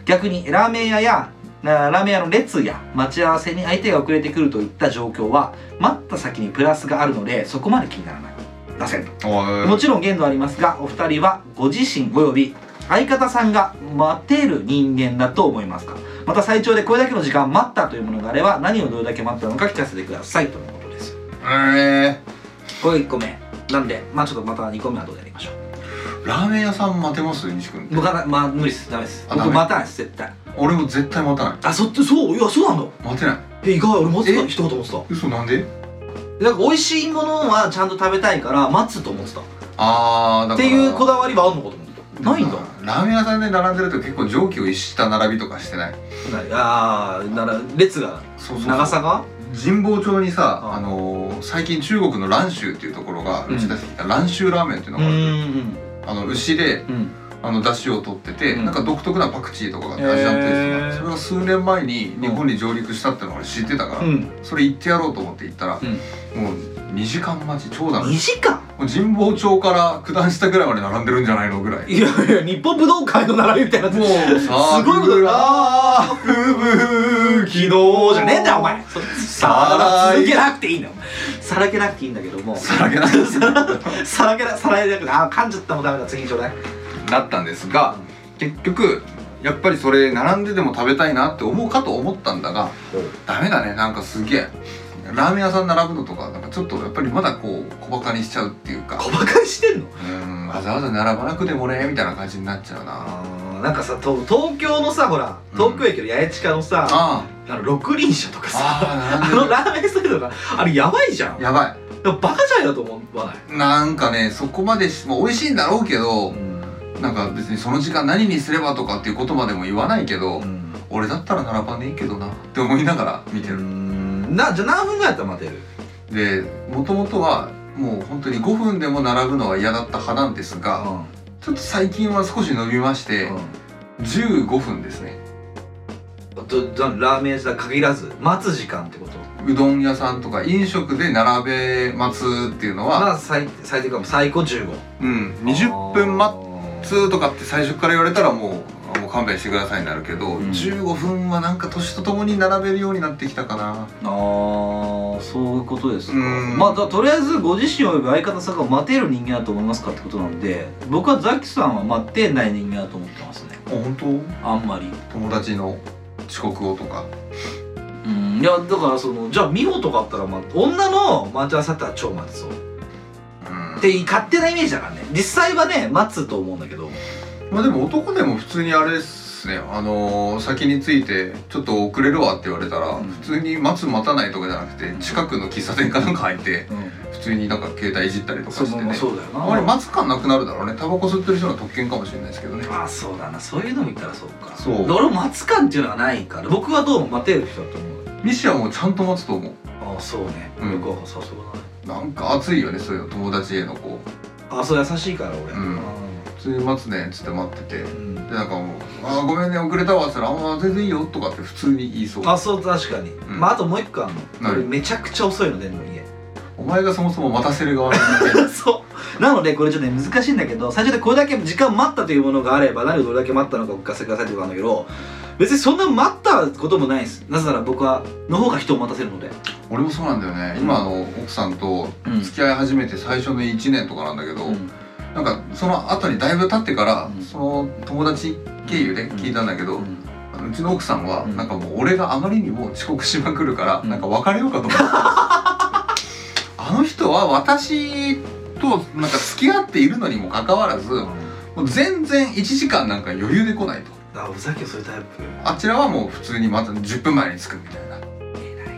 逆にラーメン屋やなラーメン屋の列や待ち合わせに相手が遅れてくるといった状況は待った先にプラスがあるのでそこまで気にならない出せんおもーちろん限度ありますがお二人はご自身および相方さんが待てる人間だと思いますかまた最長でこれだけの時間待ったというものがあれば何をどれだけ待ったのか聞かせてくださいということですえこれが1個目なんでまあちょっとまた2個目はどうやりましょうー、ラーメン屋さん待てます西君僕はまあ無理ですダメですあダメ僕待たないです絶対俺も絶対待たないあそっちそういやそうなの待てないえ意外俺待つかえ一言思ってた嘘なんでなんか美味しいものはちゃんと食べたいから待つと思ってたっああだてからいうこだわりはあるのかと思ってたないんだラーメン屋さんで並んでると結構蒸気を逸した並びとかしてないああなら列がそう長さが神保町にさ、うんあのー最近中国の蘭州っていうところがうん打ち出してきた蘭州ラーメンっていうのうがある、んあの牛でうんあの出汁を取ってて、うんなんか独特なパクチーとかがあってアジアンテイストなへーそれが数年前に日本に上陸したっていうのを俺知ってたから、うんそれ行ってやろうと思って行ったら、うもう2時間待ち長蛇の2時間もう神保町から九段下ぐらいまで並んでるんじゃないのぐらいいやいや日本武道会の並びみたいなもうさすごいことだあ吹昨日雪じゃねえんだよお前さら続けなくていいんだよさらけなくていいんだけどもさらけなくさらけなさらけなくてあー噛んじゃったもんダメだ次にちょうだいなったんですが結局やっぱりそれ並んででも食べたいなって思うかと思ったんだが、ダメだねなんかすげえラーメン屋さん並ぶのとかなんかちょっとやっぱりまだこう小バカにしちゃうっていうか小馬鹿にしてんのうんわざわざ並ばなくてもねみたいな感じになっちゃうなあーなんかさと東京のさほらうん東京駅の八重地下のさ、ああの六輪車とかーさああー並のんでラーメンスタイルとかあれやばいじゃんるやばでもバカじゃんだと思わないいなんかねそこまでし、まあ、美味しいんだろうけどなんか別にその時間何にすればとかっていうことまでも言わないけど、うん俺だったら並ばねえけどなって思いながら見てうる、んなじゃあ何分ぐらいやったら待てるでもともとはもう本当に5分でも並ぶのは嫌だった派なんですが、ちょっと最近は少し伸びまして、15分ですねうんとじゃあラーメン屋さん限らず待つ時間ってことうどん屋さんとか飲食で並べ待つっていうのは、まあ最最低かも最高15うん、20分待つとかって最初から言われたらもうあもう勘弁してくださいになるけど、うん15分はなんか年とともに並べるようになってきたかなあーそういうことですかうんまあだとりあえずご自身および相方さんが待てる人間だと思いますかってことなんで僕はザキさんは待ってない人間だと思ってますねあ本当あんまり友達の遅刻をとかうんいやだからそのじゃあ美穂とかあったら、ま、女の待ち合わせだったら超待つぞうんって勝手なイメージだからね実際はね待つと思うんだけどまあでも男でも普通にあれですねあのー先についてちょっと遅れるわって言われたら、うん普通に待つ待たないとかじゃなくて近くの喫茶店かなんか入って普通になんか携帯いじったりとかそしてのねそうだよあんまりな待つ感なくなるだろうねタバコ吸ってる人の特権かもしれないですけどねああそうだなそういうの見たらそうかそうで俺も待つ感っていうのはないから僕はどうも待てる人だと思う西はもうちゃんと待つと思うああそうねうんよくはさそうだねなんか熱いよねそういうの友達へのこうああそう優しいから俺うん普通に待つねっつって待っててでうんなんかもう「あーごめんね遅れたわ」っつったら「ああ全然いいよ」とかって普通に言いそうあそう確かにんまああともう一個あんの何俺めちゃくちゃ遅いの出るの家 お前がそもそも待たせる側なんだそうなのでこれちょっとね難しいんだけど最初でこれだけ時間待ったというものがあれば何をどれだけ待ったのかお聞かせくださいってことなんだけど別にそんな待ったこともないですなぜなら僕はの方が人を待たせるので俺もそうなんだよね今あの奥さんとうん付き合い始めて最初の1年とかなんだけど、なんかその後にだいぶ経ってから、うんその友達経由でうん聞いたんだけど、ううんうちの奥さんは、うんなんかもう俺があまりにも遅刻しまくるから、うんなんか別れようかと思ったん ですよあの人は私となんか付き合っているのにもかかわらずもう全然1時間なんか余裕で来ないとあふざけそういうタイプあちらはもう普通にまた10分前に着くみたいな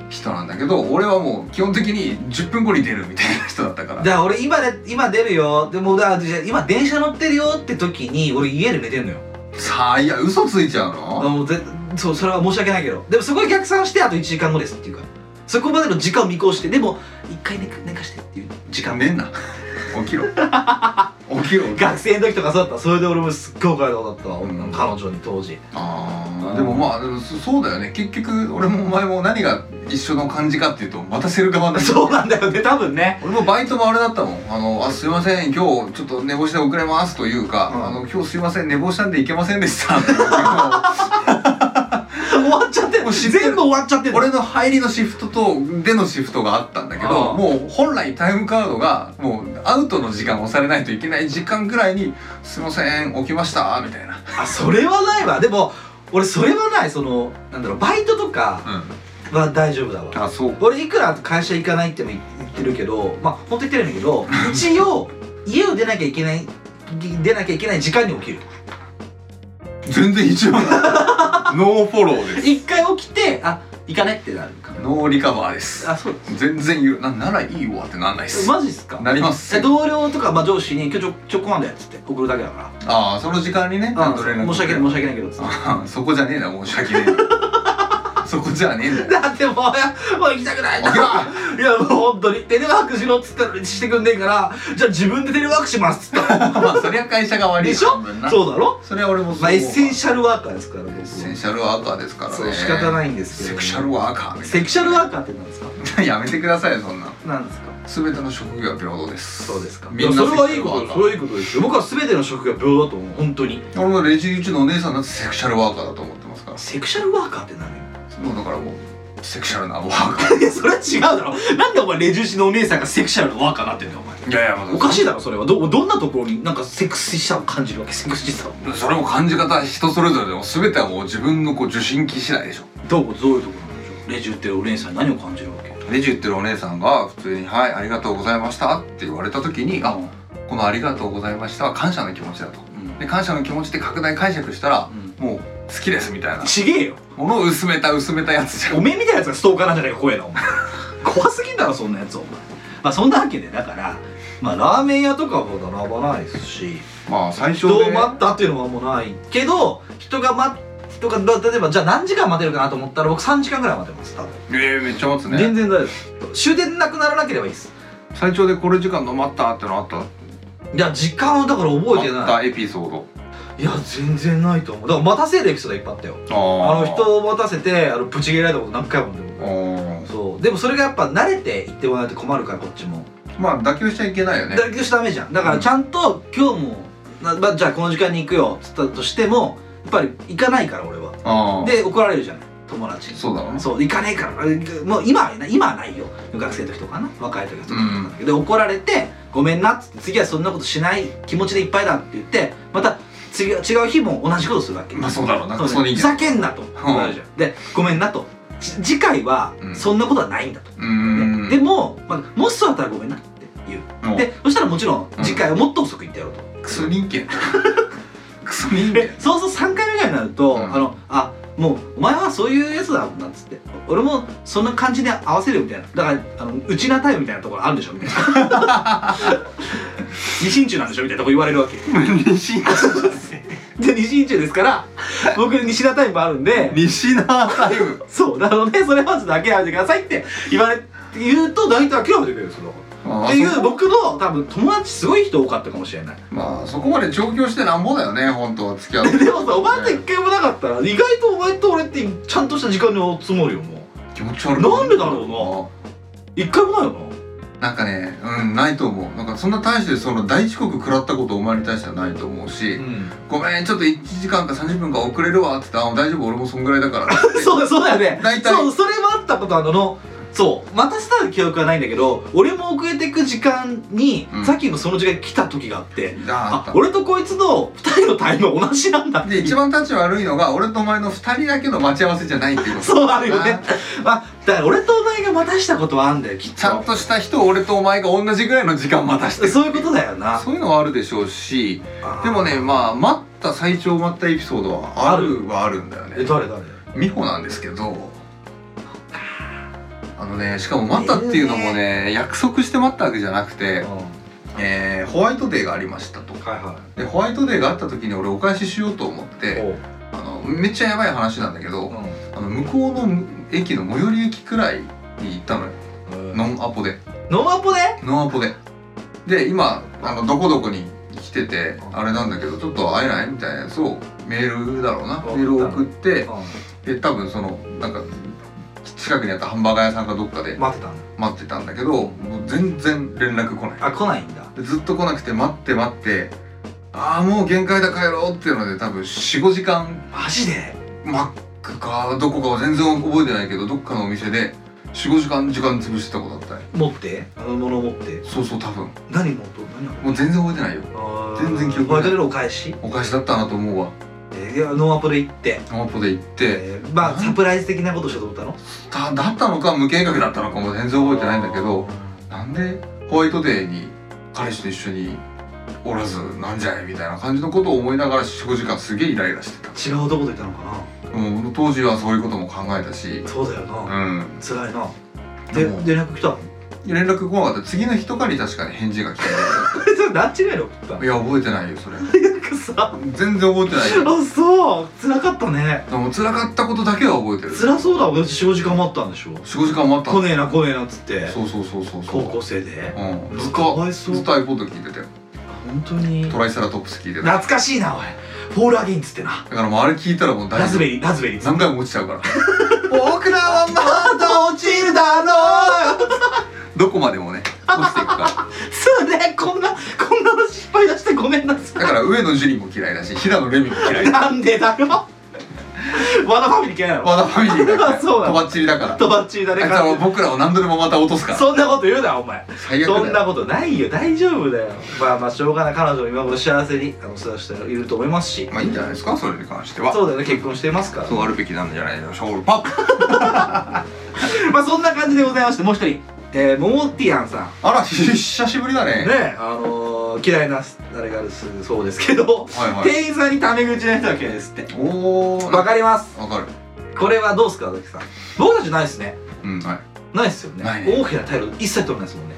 人なんだけど俺はもう基本的に10分後に出るみたいな人だったからだから俺今で今出るよでもだからじゃあ今電車乗ってるよって時に俺家で寝てんのよさあいや嘘ついちゃうあのもうぜそうそれは申し訳ないけどでもそこで逆算してあと1時間後ですっていうかそこまでの時間を見越してでも一回寝か寝かしてっていう時間寝んな 起きろ起きろ学生の時とかそうだったそれで俺もすっごい怒られたことだったわ、うん彼女に当時 あーでもまあでもそそうだよね結局俺もお前も何が一緒の感じかっていうと待たせる側だしそうなんだよね多分ね俺もバイトもあれだったもん「あのあすいません今日ちょっと寝坊して遅れます」というか「うんあの今日すいません寝坊したんで行けませんでした」 っていう終わっちゃってもう知ってる全部終わっちゃってる俺の入りのシフトと出のシフトがあったんだけどうんもう本来タイムカードがもうアウトの時間を押されないといけない時間ぐらいに「すいません起きました」みたいなあそれはないわでも俺それはないそのなんだろうバイトとかうは大丈夫だわんあそう俺いくら会社行かないっても言ってるけどまあ本当言ってるんだけど一応家を出なきゃいけない出なきゃいけない時間に起きる全然一応 ノーフォローです一回起きてあ行かないってなるかノーリカバーですあそう全然言うなならいいわってなんないっすマジっすかなりますえ同僚とか、まあ、上司に「今日ちょちょこまで」っつって送るだけだからああその時間にねちゃんうんと申し連絡訳ない申し訳ないけどっつってああそこじゃねえな申し訳ね えそこじゃねえんだよだってもうもう行きたくないんだ起きいやもう本当にテレワークしろっつったのにしてくんねえからじゃあ自分でテレワークしますっつったのま あそりゃ会社が悪いでしょ半分なそうだろそれは俺もそうまあエッセンシシャルワーカーですから僕エッセンシャルワーカーですからねそう仕方ないんですけどセクシャルワーカーみたいセクシャルワーカーって何ですかなやめてくださいよそんな何ですか全ての職業は平等ですそうですかみんなそれはいいことセクシャルそれワーカーはいいことですよ僕は全ての職業平等だと思う本当に俺もレジ打ちのお姉さんだってセクシャルワーカーだと思ってますからセクシャルワーカーって何よそうだからもうセクシャルなワーカーいやそれは違うだろなんでお前レジ打ちのお姉さんがセクシャルのワーカーになってんだよお前いやいや、まあおかし いだろそれはどどんなところになんかセクシーさを感じるわけセクシーさをそれも感じ方は人それぞれでも全てはもう自分のこう受信機次第でしょどうどういうところなんでしょうレジ打ってるお姉さんに何を感じるわけレジ売ってるお姉さんが普通に「はいありがとうございました」って言われた時に「あこのありがとうございました」は感謝の気持ちだとうんで感謝の気持ちで拡大解釈したらうんもう好きですみたいなちげえよものを薄めた薄めたやつじゃんおめえみたいなやつがストーカーなんじゃないか怖えなお前怖すぎんだろそんなやつお前まあそんなわけでだからまあラーメン屋とかも並ばないですしまあ最初人をで待ったっていうのはもうないけど人が待人がだ例えばじゃあ何時間待てるかなと思ったら僕3時間ぐらい待てます多分、ええめっちゃ待つ全ね然大丈夫です終電なくならなければいいです最長でこれ時間の待ったってのあったいや時間はだから覚えて待っなたエピソーいいや全然ないと思うだから待たせるエピソードいっぱいあったよドああの人を待たせてあのぶち切れられたこと何回もあるんだよあそうでもそれがやっぱ慣れていってもらわないと困るからこっちもーまあ妥協しちゃいけないよねだけどダメじゃんだからちゃんと今日もな、まあ、じゃあこの時間に行くよっつったとしてもやっぱり行かないから俺はあーで怒られるじゃない友達にそうだろうねそう行かねえからあもう今はない今はないよ学生の時とかな若い時とかなんだけど、で怒られてごめんなっつって次はそんなことしない気持ちでいっぱいだって言ってまた次違う日も同じことするわけまあそうだろうなそうねそうでいいんふじゃざんけんなと怒られるじゃん、でごめんなとち次回はうんそんなことはないんだと、うーんでも、まあ、もしそうだったらごめんなって言うもうでそしたらもちろんうん次回はもっと遅く行ってやろうと、クソ人間クソ人間でそうそう3回目ぐらいになると、うんあのあもうお前はそういうやつだなんつって俺もそんな感じで合わせるよみたいなだからあのうちなたよみたいなところあるでしょみたいな 二進中なんでしょみたいなとこ言われるわけ 西なで二進中です から僕西田タイムあるんで西なタイ ムそうなのでそれはちょっと諦めてくださいって言われ言うと大体諦めてくれるんですよっっていう僕の多分友達すごい人多かったかもしれないまあそこまで調教してなんぼだよね本当付き合う でもさお前と一回もなかったら意外とお前と俺ってちゃんとした時間に積もるよもう気持ち悪いなんでだろ一回もないよなうななんかねうんないと思うなんかそんな大してその大遅刻食らったことお前に対してはないと思うし、んごめんちょっと1時間か30分か遅れるわって言ってあ大丈夫俺もそんぐらいだから そうだそうだよね大体そうそれもあったことあるのそう待たせた記憶はないんだけど俺も遅れていく時間に、うんさっきのその時間に来た時があってあああった俺とこいつの2人のタイムは同じなんだってで一番タち悪いのが俺とお前の2人だけの待ち合わせじゃないっていうことそうあるよねまあだから俺とお前が待たしたことはあんだよきっとちゃんとした人を俺とお前が同じぐらいの時間待たしてるそういうことだよなそういうのはあるでしょうしでもねまあ待った最長待ったエピソードはあるはあるんだよえね誰誰美穂なんですけどあのねしかも待ったっていうのもね約束して待ったわけじゃなくて、えーホワイトデーがありましたとはいはでホワイトデーがあった時に俺お返ししようと思っておあのめっちゃやばい話なんだけどうんあの向こうの駅の最寄り駅くらいに行ったのよノンアポでノンアポでノンアポでで今あのどこどこに来ててあれなんだけどちょっと会えないみたいなやつをメールだろうな送ったのメールを送ってうで多分そのなんか近くにあったハンバーガー屋さんかどっかでん待ってたの待ってたんだけどもう全然連絡来ないあ来ないんだでずっと来なくて待って待ってああもう限界だ帰ろうっていうので多分45時間マジでマックかどこかは全然覚えてないけどどっかのお店で45時間時間潰してたことあったね持ってあの物持ってそうそう多分何持っと何あもう全然覚えてないよれ全然記憶ないホワイトデーのお返しお返しだったなと思うわえいやノーアポで行って、ノーポで行ってえーまあサプライズ的なことしようと思っただだったのか無計画だったのかも全然の覚えてないんだけどなんでホワイトデーに彼氏と一緒におらずなんじゃいみたいな感じのことを思いながら45時間すげえイライラして違うとこといたのかなたもう当時はそういうことも考えたしそうだような、ん辛いなででも連絡来た の連絡来なかった次の日とかに確かに返事が来たんだそれ何違いの送ったけのどいや覚えてないよ それなんかさ全然覚えてないよあそう辛かったねでも辛かったことだけは覚えてる辛そうだ俺4、5時間待ったんでしょ45時間待った来ねえな来ねえなっつってそうそうそうそうそ高う校生でうんずっかわといそうずっと iPod 聞いてたよ本当にトライセラトップス聞いてただ懐かしいなおいフォールアゲインっつってなからもうあれ聞いたらもう大ラズ丈夫ベリーラズベリーっつっ何て回も落ちちゃ うから僕らはまだ落ちるだろうどこまでもね落ちていくかそうねこんなこんなの失敗出してごめんなさいらだから上野樹里も嫌いだし平野レミも嫌いだなんでだよ和田ファミリー嫌いなの和田ファミリーが嫌 いそうなのとばっちりだからとばっちりだねあいつらは僕らを何度でもまた落とすからそんなこと言うなお前最悪だよそんなことないよ大丈夫だよまあまあしょうがない彼女も今頃幸せにあの育 していると思いますしまあいいんじゃないですかそれに関してはそうだよね結婚してますからそうあるべきなんじゃないでしょうかまあそんな感じでございましてもう一人えー、モモティアンさんあら久しぶりだねねあのー、嫌いなあれがあるそうですけど、はいはい店員さんにタメ口の人が嫌いですっておおわかりますわかるこれはどうすかザキさん僕たちないですねうんはいないですよねないね大きな態度一切取れないですもんね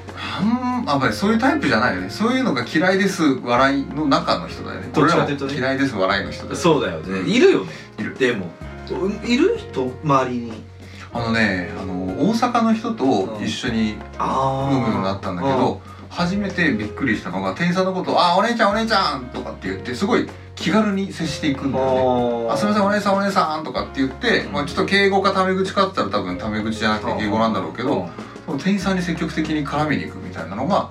あんあやっぱりそういうタイプじゃないよねそういうのが嫌いです笑いの中の人だよねどっちかというとね俺らも嫌いです笑いの人だよねそうだよね、うんいるよねいるでもうんいる人周りにあのねあの大阪の人と一緒にあ飲むようになったんだけど初めてびっくりしたのが店員さんのことを「あーお姉ちゃんお姉ちゃん」とかって言ってすごい気軽に接していくんだよねああすみませんおね姉さんお姉さんとかって言って、うんまあ、ちょっと敬語かタメ口かって言ったら多分タメ口じゃなくて敬語なんだろうけど、店員さんに積極的に絡みに行くみたいなのが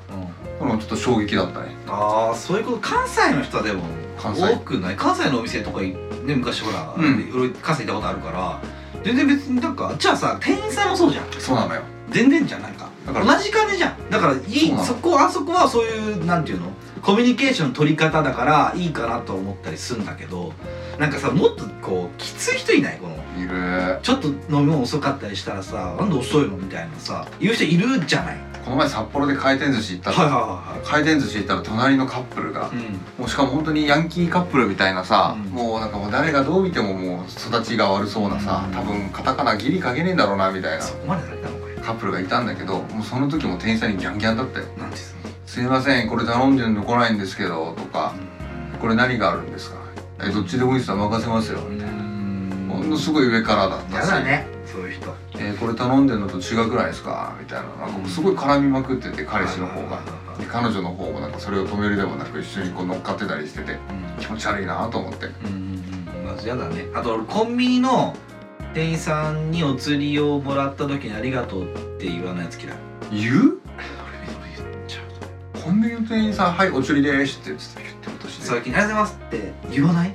このちょっと衝撃だったねああそういうこと関西の人はでも関多西くない関西のお店とかいね昔ほら、うん俺関西行ったことあるから全然別になんかじゃあさ店員さんもそうじゃんそうなのよ全然じゃんなんかだから同じ金じゃんだからいそういなのそこあそこはそういうなんていうのコミュニケーション取り方だからいいかなと思ったりするんだけどなんかさもっとこうきつい人いないこのいるちょっと飲み物遅かったりしたらさなんで遅いのみたいなさ言う人いるじゃないこの前札幌で回転寿司行ったら、はいはいはい回転寿司行ったら隣のカップルが、うんもうしかも本当にヤンキーカップルみたいなさ、うんもうなんかもう誰がどう見てももう育ちが悪そうなさ、うん多分カタカナギリ書けねえんだろうなみたいなそこまでなれたのこれカップルがいたんだけどもうその時も店員さんにギャンギャンだったよなんていうの「すいませんこれ頼んでるの来ないんですけど」とか「これ何があるんですか?」「えどっちでもいいですよ任せますよ」うみたいな、ほんんのすごい上からだったやしだねそういう人えーこれ頼んでるのと違うくないですか?」みたいななんかもうすごい絡みまくってて彼氏の方が。で彼女の方もなんかそれを止めるでもなく一緒にこう乗っかってたりしてて気持ち悪いなと思ってうんうんうんまずやだねあと俺コンビニの店員さんにお釣りをもらった時に「ありがとう」って言わないやつ嫌い言う俺俺言っちゃうコンビニの店員さん「はいお釣りです」って言って言ってことして最近「ありがとうございます」って言わない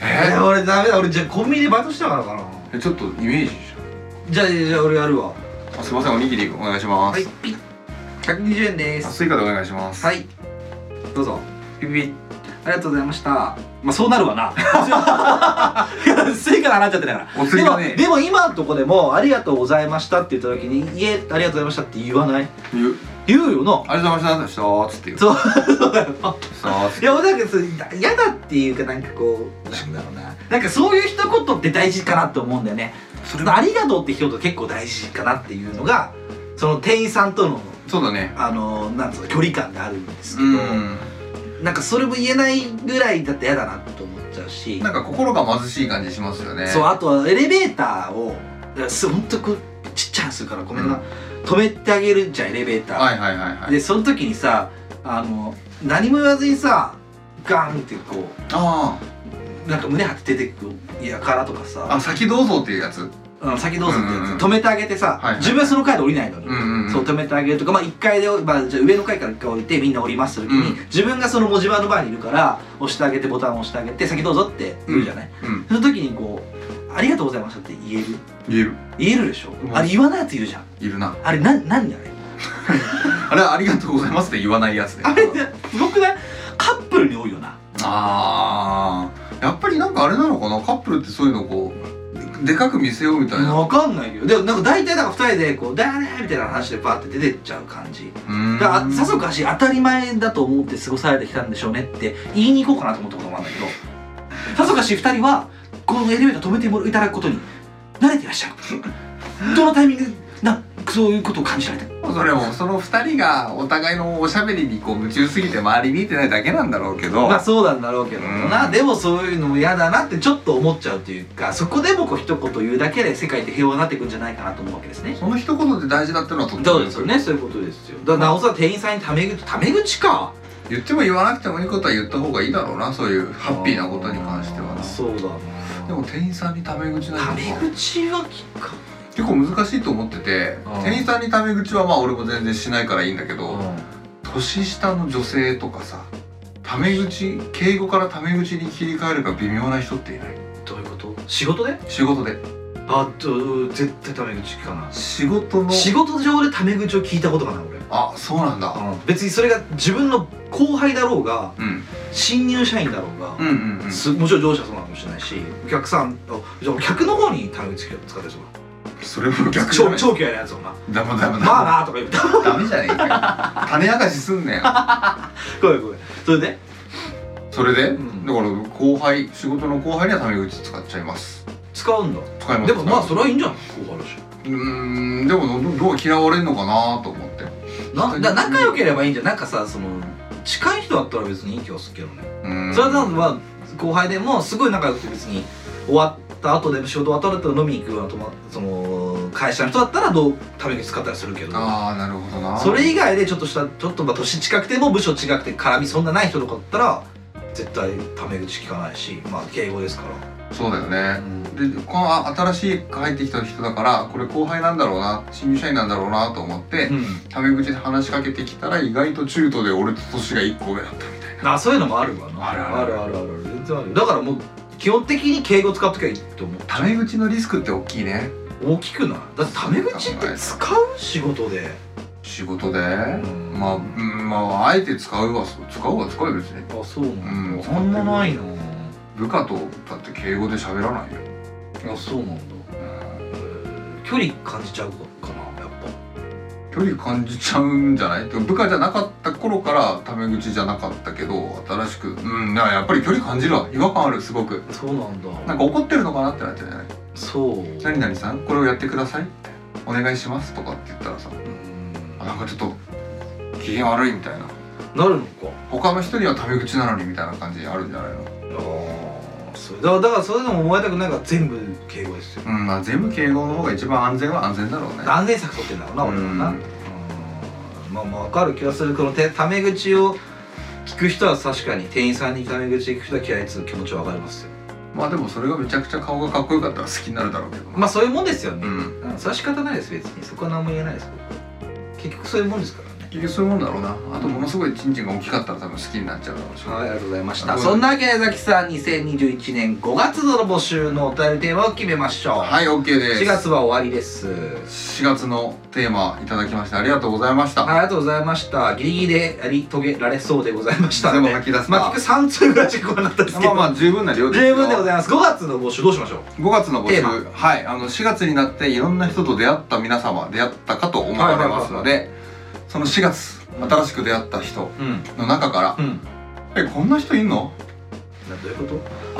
ええー、俺ダメだ俺じゃあコンビニでバイトしてたからかなー、ちょっとイメージしじゃあじゃあ俺やるわょあすいませんおにぎりお願いしまはす、いピッ120円であすスイカでお願いしますはいどうぞピピピありがとうございましたまあそうなるわな スイカの話っちゃってだからお釣でりがもねでも今のとこでも「ありがとうございました」って言った時に「いえありがとうございました」って言わない言う言うよなありがとうございましたーっつって言うそうそうだよなさーっつっいや俺なんかそう嫌だっていうかなんかこうなんだろうななんかそういう一言って大事かなと思うんだよねそのありがとうって一言結構大事かなっていうのがその店員さんとのてそうだねあのなんつうの距離感であるんですうけど、んなんかそれも言えないぐらいだって嫌だなと思っちゃうしなんか心が貧しい感じしますよねそうあとはエレベーターをすほんとこうちっちゃくするからごめんな、うん止めてあげるじゃんエレベーター、はいはいはいはいでその時にさあの何も言わずにさガンってこあうなんか胸張って出てくるやからとかああさ先どうぞっていうやつあの先どうぞってやつ、うんうん止めてあげてさ、はいはい自分はその階で降りないのに、うんうんうんそう止めてあげるとか、まあ、1階で、まあ、じゃあ上の階から1回降りてみんな降りますって時に、うん自分がその文字盤の前にいるから押してあげてボタンを押してあげて先どうぞって言うじゃない、うんその時にこう「ありがとうございました」って言える言える言えるでしょ、んあれ言わないやついるじゃんいるなあれな何あれあれはありがとうございますって言わないやつねあれってすごくないカップルに多いよなああやっぱりなんかあれなのかなカップルってそういうのをこうでかく見せようみたいなわかんないよでもなんか大体だから2人でこう「だね」みたいな話でパーって出てっちゃう感じうんだからさぞかし当たり前だと思って過ごされてきたんでしょうねって言いに行こうかなと思ったこともあるんだけどさぞかし2人はこのエレベーター止めてもらいただくことに慣れていらっしゃ るどのタイミングなそういうことを感じられたそれもその2人がお互いのおしゃべりにこう夢中すぎて周り見てないだけなんだろうけど、まあそうなんだろうけどうんなでもそういうのも嫌だなってちょっと思っちゃうというかそこで僕一言言うだけで世界って平和になっていくんじゃないかなと思うわけですねその一言で大事だってのはとってもそうですよねそういうことですよだからなおさら店員さんにタメ口タメ口か言っても言わなくてもいいことは言った方がいいだろうなそういうハッピーなことに関してはあーなそうだなでも店員さんにタメ口なタんてメ口は聞か結構難しいと思っててうん店員さんにタメ口はまあ俺も全然しないからいいんだけど、年下の女性とかさタメ口敬語からタメ口に切り替えるか微妙な人っていないどういうこと仕事で仕事であと絶対タメ口聞かな仕事の仕事上でタメ口を聞いたことがない俺あそうなんだ、別にそれが自分の後輩だろうがうん、新入社員だろうがうん、うんうんすもちろん上司はそうなのかもしれないしお客さんあじゃあお客の方にタメ口使ってる人それも逆じゃ超ない超嫌いなやつもなダメダまあメダなとか言うたメダメじゃねえか種明かしすんねよ ごめんごめんそれでそれで、うんだから後輩仕事の後輩にはタメ口使っちゃいます使うんだ使いますでもまあそれれはいいんじゃない後輩だしうーんでもどどう嫌われるのかなと思ってなだ仲良ければいいんじゃんなんかさその近い人だったら別にいい気がするけどねうーんそれはまあ後輩でもすごい仲良くて別に終わった後でも仕事終わった後飲みに行くような友達その会社の人だったらどうタメ口使ったりするけどああなるほどなそれ以外でちょっとしたちょっとまあ年近くても部署違くて絡みそんなない人とかだったら絶対タメ口聞かないしまあ敬語ですから、そうだようねんでこの新しい入ってきた人だからこれ後輩なんだろうな新入社員なんだろうなと思って、タメ口で話しかけてきたら意外と中途で俺と年が1個上だったみたいなあそういうのもあるわなあるあるあるあるある全然あるだからもう基本的に敬語使っときゃいいって思うタメ口のリスクって大きいね大きくないだってタメ口って使う仕事で仕事でんまあ、うん、まああえて使うは使うは使うよ別にあそうなうんんだ、あんまないな部下とだって敬語で喋らないよ、あそうなんだ、うん距離感じちゃうかなやっぱ距離感じちゃうんじゃないでも部下じゃなかった頃からタメ口じゃなかったけど新しくうんなんかやっぱり距離感じるわ違和感あるすごくそうなんだなんか怒ってるのかなってなっちゃうじゃないそううん何々さんこれをやってくださいお願いしますとかって言ったらさあなんかちょっと機嫌悪いみたいななるのか他の人にはタメ口なのにみたいな感じあるんじゃないのああそうだからだからそういうのも思えたくないから全部敬語ですようんまあ全部敬語の方が一番安全は安全だろうね安全策取ってんだろうな俺はなううんんまあまあ分かる気がするこの手タメ口を聞く人は確かに店員さんにタメ口聞く人は嫌いっつう気持ちは分かりますよまあでもそれがめちゃくちゃ顔がかっこよかったら好きになるだろうけどまあそういうもんですようね、んうん、それは仕方ないです別にそこは何も言えないです僕結局そういうもんですからね結局そういうもんだろうなあとものすごいチンチンが大きかったら多分好きになっちゃうだろうし、はい、ありがとうございましあた。りがとうそごんなわけで、ザキさん、2021年5月度の募集のお便りテーマを決めましょう。はい OK です4月は終わりです。 4月のテーマいただきましてありがとうございました、ありがとうございました。ギリギリでやり遂げられそうでございましたので。全部吐き出すなまあ、結局3通ぐらいしかなったんですけまあど。まあ十分な量です十よ分でございます。5月の募集どうしましょ5月の募集テーはいあの4月になっていろんな人と出会った皆様出会ったかと思われますので、その4月新しく出会った人ううん。の中からうん。 「えこんな人いんの?どういうこ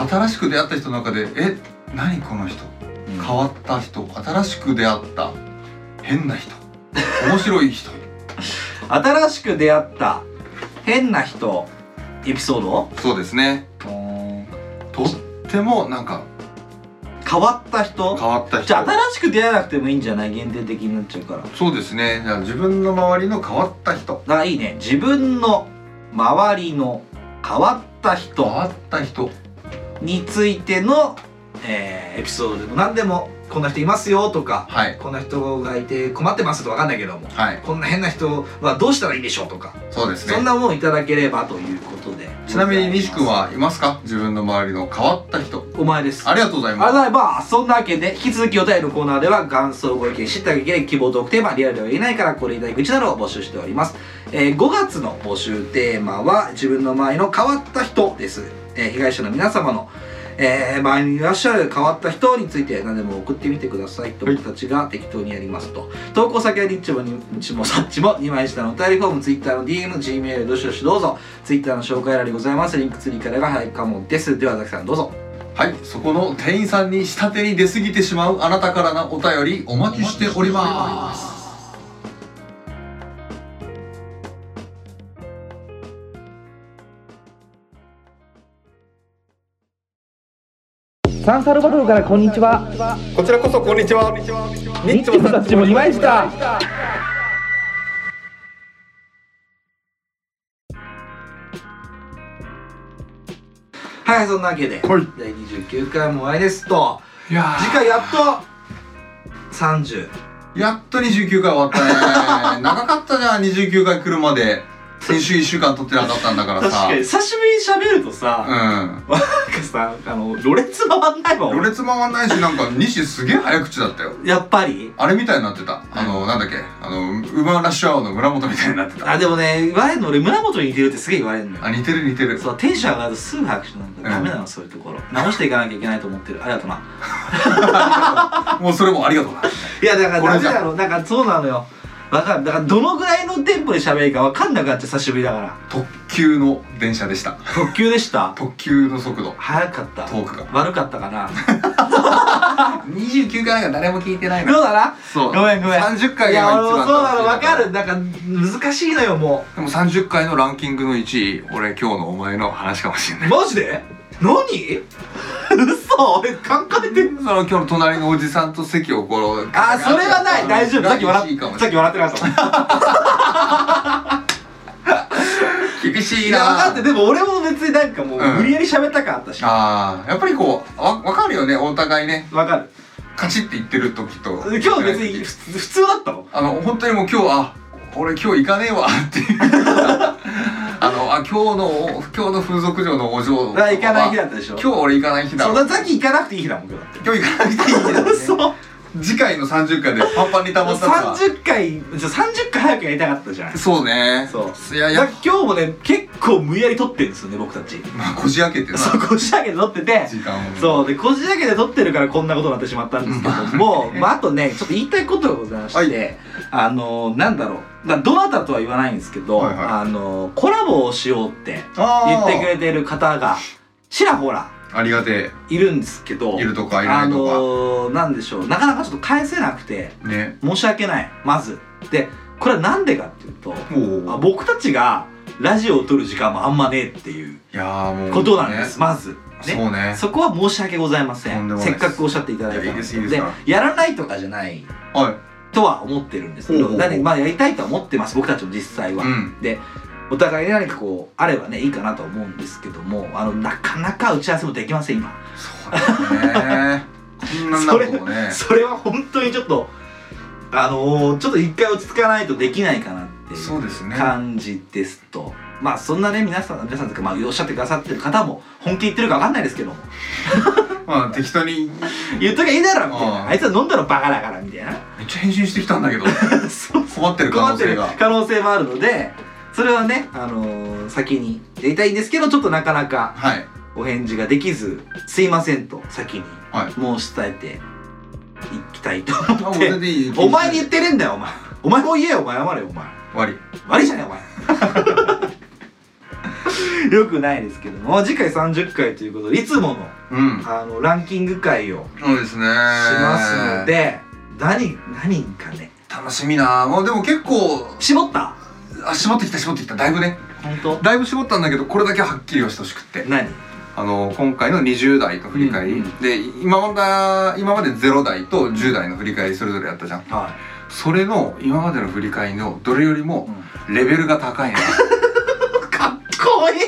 と」新しく出会った人の中で「え何この人変わった人新しく出会った変な人面白 い人」新しく出会った変な人エピソードそうですねとってもなんか変わった人変わった人じゃあ新しく出会わなくてもいいんじゃない限定的になっちゃうから。そうですねじゃあ自分の周りの変わった人あいいね自分の周りの変わった変人わった人についての、えーエピソードでも何でもこんな人いますよとかはいこんな人がいて困ってますとか分かんないけどもはいこんな変な人はどうしたらいいんでしょうとか、そうですねそんなもんいただければということでちなみに西君はいますか自分の周りの変わった人お前ですありがとうございありがとうごますざいます。そんなわけで、引き続きお便りのコーナーでは、元祖ご意見、知った激励、希望トークテーマ、リアルでは言えないから、これ以外口などを募集しております。えー5月の募集テーマは、自分の周りの変わった人です。えー被害者の皆様の、えー、周りにいらっしゃる変わった人について何でも送ってみてくださいと僕たちが適当にやりますと、投稿先はニッチもニッチもサッチも2枚下のお便りフォーム Twitter の DM Gmail どしどしどうぞ Twitter の紹介欄にございますリンクツリーからが早いかもですではザキさんどうぞはい、そこの店員さんに下手に出過ぎてしまうあなたからのお便りお待ちしております。サンサルバドルからこんにちはこちらこそこんにちは。ニッチもサッチも2枚下はいそんなわけで、はい第29回もお会いですといや次回やっと30ー、やっと29回終 わったね。長かったじゃん、29回来るまで。先週1週間撮ってなかったんだからさ。久しぶりに喋るとさ、なんかさあのろれつ回んないわう俺ん。ろれつ回んないし、なんか西すげえ早口だったよ。やっぱりあれみたいになってた。あの、なんだっけ。あの、馬ラッシュアワーの村本みたいになってた。あでもね言われるの俺村本に似てるってすげえ言われるのよあ、似てる似てる。そうテンション上がるとすぐ拍手なんだダメなの、そういうところ直していかなきゃいけないと思ってるありがとうなもうそれもありがとうな。いやだから俺ダメじゃんだろなんかそうなのよわかるだからどのぐらいのテンポで喋るかわかんなくなって久しぶりだ から特急の電車でした。特急でした特急の速度。早かったトークが悪かったかな29回なんか誰も聞いてないどうだなそう。ごめんごめん30回いやが俺一も番そうなのわ楽しいかるなんか難しいのよもでも30回のランキングの1位、俺今日のお前の話かもしれなうい。 マジで何嘘俺考えてんその今日の隣のおじさんと席をこう。あーそれはない大丈夫さっき笑っったさっき笑ってなかった厳しいいやな分かってでも俺も別になんかもううん無理やり喋ったかあったし、ああやっぱりこうわ分かるよねお互いね分かるカチッて言ってる時と今日別にふつ普通だったのあの本当にもう今日あ俺今日行かねえわって いうあのあ今日の今日の風俗嬢のおだ嬢から行かない日だったでしょ今日俺行かない日だそんなさっき行かなくていい日だもん今日だって今日行かなくていい日だ、ね、そう次回の30回でパンパンに溜まったのは30回じゃあ30回早くやりたかったじゃないそうねそういやいだやから今日もね結構無理やり撮ってるんですよね僕たちまあこじ開けてなそうこじ開けて撮ってて時間をそうでこじ開けて撮ってるからこんなことになってしまったんですけども、まあ、あとねちょっと言いたいことがございまして、はいあのなんだろうまあどなたとは言わないんですけど、はいはいあのコラボをしようって言あっーてくれてる方がちらほらありがているんですけどえいるとかいなあいとか、のー、なんでしょうなかなかちょっと返せなくてね申し訳ないまずでこれはなんでかっていうともあう僕たちがラジオを撮る時間もあんまねえっていういやーもうことなんです、まずねそうねそこは申し訳ございませとんんでもないせっですかくおっしゃっていただいたのいやいいですいいですからやらないとかじゃないはとは思ってるんですけほうほどうだってまあやりたいとは思ってます僕たちも実際いは、うんお互いに何かこうあればねいいかなと思うんですけどもあのなかなか打ち合わせもできません今そうだ ねこんなんなるともねそれは本当にちょっとあのー、ちょっと一回落ち着かないとできないかなっていうそうですね感じですと、まあそんなね皆さん皆さんというか、まあ、おっしゃってくださってる方も本気言ってるか分かんないですけどもまあ適当に言っときゃいいだろみたいあなーあいつは飲んだのバカだからみたいな めっちゃ返信してきたんだけどそう困ってる可困っ能て性るが可能性もあるのでそれはね、あのー先にやりたいんですけどちょっとなかなかはいお返事ができずすいませんと先にはい申し伝えていきたいとあもう全然いいお前に言ってねえんだよお前お前も言えよお前謝れよお前終わり悪いじゃねえお前 よくないですけども次回30回ということでいつものうんあのランキング会をそうですねししますので、何何かね楽しみなまあでも結構絞ったあ絞ってきた絞ってきただいぶね本当だいぶ絞ったんだけどこれだけははっきりはしてほしくって何あの今回の20代の振り返り、うんうんで今まで今まで0代と10代の振り返りそれぞれやったじゃんはそれの今までの振り返りのどれよりい、もレベルが高い なかっこいい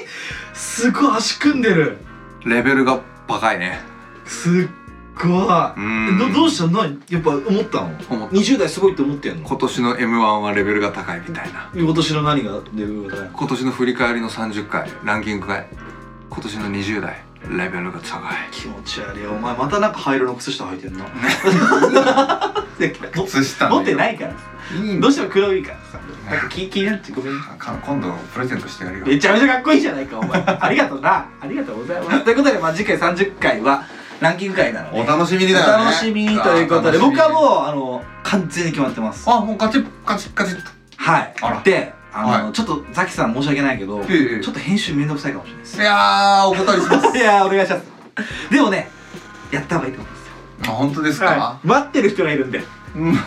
すごい足組んでるレベルが高いねすっごういんどどうした何やっぱ思ったの思った20代すごいって思ってんの今年の m 1はレベルが高いみたいな今年の何が出るか今年の振り返りの30回ランキング回今年の20代レベルが高い気持ち悪いお前またなんか灰色の靴下履いてんな 靴下持ってないいからいいんだどうしても黒いからさなんか気気になってごめんあかん今度プレゼントしてやるよめちゃめちゃかっこいいじゃないかお 前ありがとうなありがとうございますということで、まあ、次回30回はランキング回なのでお楽しみにだよねお楽しみにということであー楽しみ僕はもうあの完全に決まってますあもうガチッガチッガチッはいあらであの、はちょっとザキさん申し訳ないけど、ええちょっと編集めんどくさいかもしれない ですいやーお断 りしますいやーお願いしますでもねやった方がいいと思いますよあ本当ですか、はい待ってる人がいるんでうん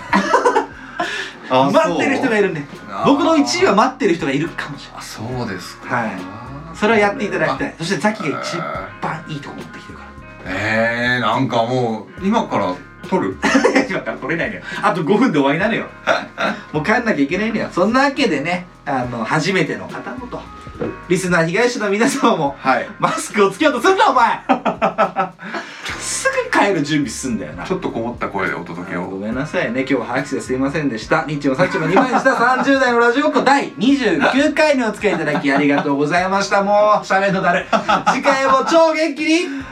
あ待ってる人がいるんで僕の1位は待ってる人がいるかもしれないあそうですか、はいそれはやっていただきたいいそしてザキが一番いいとこ持ってきてるからえー、なんかもう今から撮る今から取れないのよあと5分で終わりなのよもう帰んなきゃいけないのよそんなわけでねあの初めての方もとリスナー被害者の皆様もはいマスクをつけようとするなお 前すぐ帰る準備すんだよなちょっとこもった声でお届けごをめんなさいね今日は早口ですいませんでした日曜さっちも2枚でした30代のラジオごっこ第29回にお付き合いいただきありがとうございましたもう喋んのだる次回も超元気に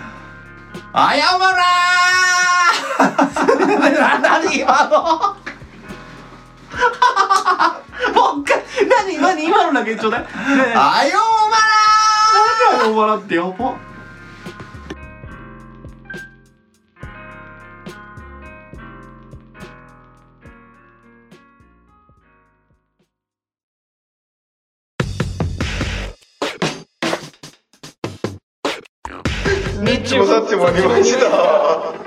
謝らーな何今の もう一回何何今のだけちょうだいねえあようま何を笑ってやばっにっちもさっちもありました。